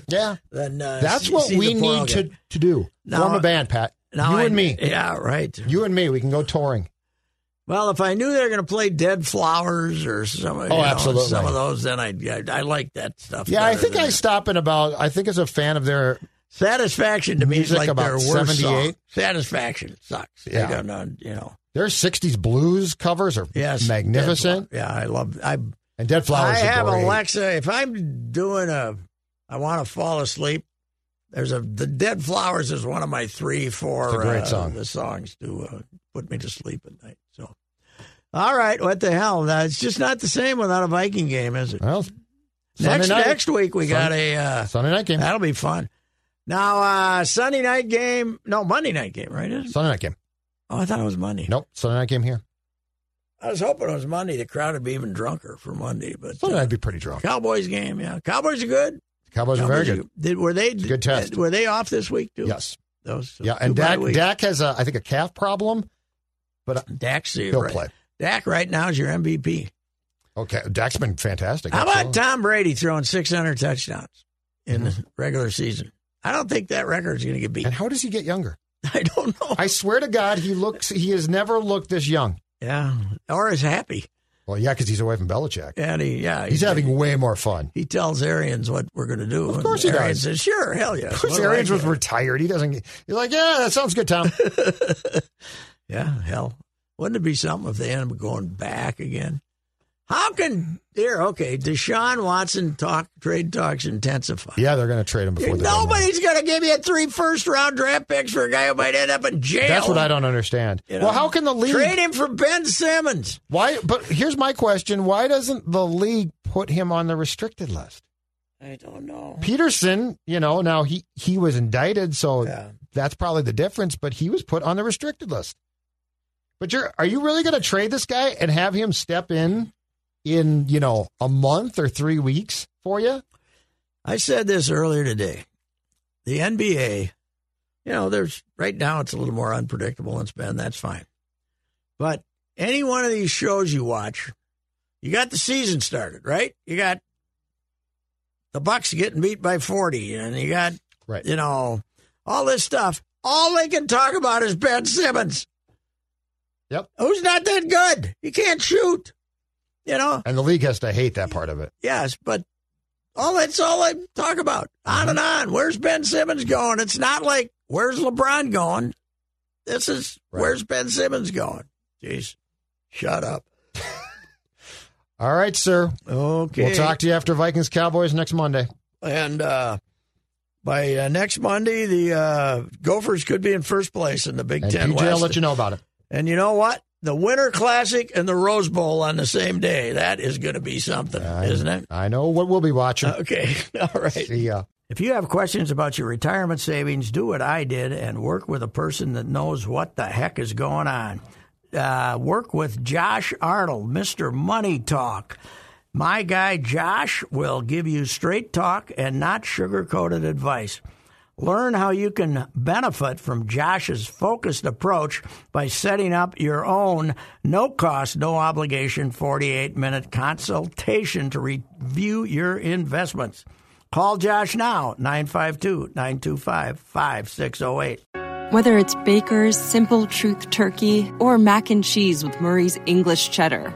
[SPEAKER 4] yeah.
[SPEAKER 1] than uh,
[SPEAKER 4] That's
[SPEAKER 1] see-
[SPEAKER 4] what
[SPEAKER 1] see
[SPEAKER 4] we
[SPEAKER 1] the poor
[SPEAKER 4] need
[SPEAKER 1] guy.
[SPEAKER 4] to to do.
[SPEAKER 1] Now-
[SPEAKER 4] Form a band, Pat.
[SPEAKER 1] Now
[SPEAKER 4] you
[SPEAKER 1] I-
[SPEAKER 4] and me.
[SPEAKER 1] Yeah, right.
[SPEAKER 4] You and me. We can go touring.
[SPEAKER 1] Well, if I knew they were going to play Dead Flowers or some, you know,
[SPEAKER 4] absolutely.
[SPEAKER 1] some of those, then I'd, I I like that stuff.
[SPEAKER 4] Yeah, I
[SPEAKER 1] better
[SPEAKER 4] think
[SPEAKER 1] than
[SPEAKER 4] I stop in about. I think as a fan of their.
[SPEAKER 1] satisfaction to me is
[SPEAKER 4] Music
[SPEAKER 1] like
[SPEAKER 4] about
[SPEAKER 1] their worst song.
[SPEAKER 4] 78.
[SPEAKER 1] Satisfaction sucks. They
[SPEAKER 4] Yeah.
[SPEAKER 1] don't know, you know.
[SPEAKER 4] Their '60s blues covers are
[SPEAKER 1] Yes, Dead
[SPEAKER 4] magnificent,
[SPEAKER 1] Flow- Yeah, I love. I
[SPEAKER 4] and Dead Flowers.
[SPEAKER 1] I
[SPEAKER 4] are
[SPEAKER 1] have
[SPEAKER 4] great.
[SPEAKER 1] Alexa. If I'm doing a, I want to fall asleep. There's a the Dead Flowers is one of my three, four
[SPEAKER 4] It's a great
[SPEAKER 1] uh,
[SPEAKER 4] song.
[SPEAKER 1] The songs to uh, put me to sleep at night. So, all right, what the hell? Now, it's just not the same without a Viking game, is it?
[SPEAKER 4] Well, Sunday
[SPEAKER 1] Next
[SPEAKER 4] night.
[SPEAKER 1] next week we got a. Uh,
[SPEAKER 4] Sunday night game.
[SPEAKER 1] that'll be fun. Now uh, Sunday night game. No Monday night game, right? Is it?
[SPEAKER 4] Sunday night game.
[SPEAKER 1] Oh, I thought it was Monday.
[SPEAKER 4] Nope. Sunday night game here.
[SPEAKER 1] I was hoping it was Monday. The crowd would be even drunker for Monday, but
[SPEAKER 4] Sunday
[SPEAKER 1] uh,
[SPEAKER 4] night'd be pretty drunk.
[SPEAKER 1] Cowboys game. Yeah, Cowboys are good.
[SPEAKER 4] Cowboys are very
[SPEAKER 1] Cowboys
[SPEAKER 4] good.
[SPEAKER 1] Did, were they
[SPEAKER 4] a good test.
[SPEAKER 1] Were they off this week too?
[SPEAKER 4] Yes.
[SPEAKER 1] Those, uh,
[SPEAKER 4] Yeah, and
[SPEAKER 1] two bye
[SPEAKER 4] Dak,
[SPEAKER 1] weeks.
[SPEAKER 4] Dak has a I think a calf problem, but uh,
[SPEAKER 1] Dak's the-
[SPEAKER 4] he'll
[SPEAKER 1] right.
[SPEAKER 4] play.
[SPEAKER 1] Dak right now is your MVP.
[SPEAKER 4] Okay, Dak's been fantastic.
[SPEAKER 1] How about
[SPEAKER 4] absolutely.
[SPEAKER 1] Tom Brady throwing 600 touchdowns in
[SPEAKER 4] Mm-hmm.
[SPEAKER 1] the regular season? I don't think that record's going to get beat.
[SPEAKER 4] And how does he get younger?
[SPEAKER 1] I don't know.
[SPEAKER 4] I swear to God, he looks. He has never looked this young.
[SPEAKER 1] yeah, or is happy.
[SPEAKER 4] Well, yeah, because he's away from Belichick.
[SPEAKER 1] And he, yeah,
[SPEAKER 4] He's having way more fun.
[SPEAKER 1] He tells Arians what we're going to do.
[SPEAKER 4] Of course he does.
[SPEAKER 1] Arians says, "Sure, hell yeah."
[SPEAKER 4] Of course, Arians was retired. He doesn't. He's like, yeah, that sounds good, Tom.
[SPEAKER 1] yeah, hell. Wouldn't it be something if they end up going back again? How can here? Okay, Deshaun Watson talk trade talks intensify.
[SPEAKER 4] Yeah, they're going to trade him before the deadline.
[SPEAKER 1] Nobody's going to give you three first round draft picks for a guy who might end up in jail.
[SPEAKER 4] That's what I don't understand.
[SPEAKER 1] You know,
[SPEAKER 4] well, how can the league
[SPEAKER 1] trade him for Ben Simmons?
[SPEAKER 4] Why? But here's my question: Why doesn't the league put him on the restricted list?
[SPEAKER 1] I don't know.
[SPEAKER 4] Peterson, you know, now he he was indicted, so
[SPEAKER 1] Yeah.
[SPEAKER 4] that's probably the difference. But he was put on the restricted list. But you're are you really going to trade this guy and have him step in in you know a month or three weeks for you?
[SPEAKER 1] I said this earlier today. The NBA, you know, there's right now it's a little more unpredictable than it's been. That's fine. But any one of these shows you watch, you got the season started, right? You got the Bucks getting beat by 40, and you got
[SPEAKER 4] Right.
[SPEAKER 1] you know all this stuff. All they can talk about is Ben Simmons.
[SPEAKER 4] Yep.
[SPEAKER 1] Who's not that good? He can't shoot. You know,
[SPEAKER 4] And the league has to hate that part of it.
[SPEAKER 1] Yes, but all that's all I talk about. On and on. Where's Ben Simmons going? It's not like where's LeBron going. This is
[SPEAKER 4] Right.
[SPEAKER 1] where's Ben Simmons going. Jeez, shut up.
[SPEAKER 4] All right, sir.
[SPEAKER 1] Okay,
[SPEAKER 4] We'll talk to you after Vikings Cowboys next Monday.
[SPEAKER 1] And uh, by uh, next Monday, the uh, Gophers could be in first place in the Big
[SPEAKER 4] And
[SPEAKER 1] Ten
[SPEAKER 4] PJ,
[SPEAKER 1] West.
[SPEAKER 4] will let you know about it.
[SPEAKER 1] And you know what? The Winter Classic and the Rose Bowl on the same day. That is going to be something, isn't it?
[SPEAKER 4] I know what we'll be watching.
[SPEAKER 1] Okay. All right.
[SPEAKER 4] See ya.
[SPEAKER 1] If you have questions about your retirement savings, do what I did and work with a person that knows what the heck is going on. Uh, work with Josh Arnold, Mr. Money Talk. My guy Josh will give you straight talk and not sugar coated advice. Learn how you can benefit from Josh's focused approach by setting up your own no cost, no obligation 48 minute consultation to review your investments. Call Josh now, 952 925 5608.
[SPEAKER 6] Whether it's Baker's Simple Truth Turkey or mac and cheese with Murray's English Cheddar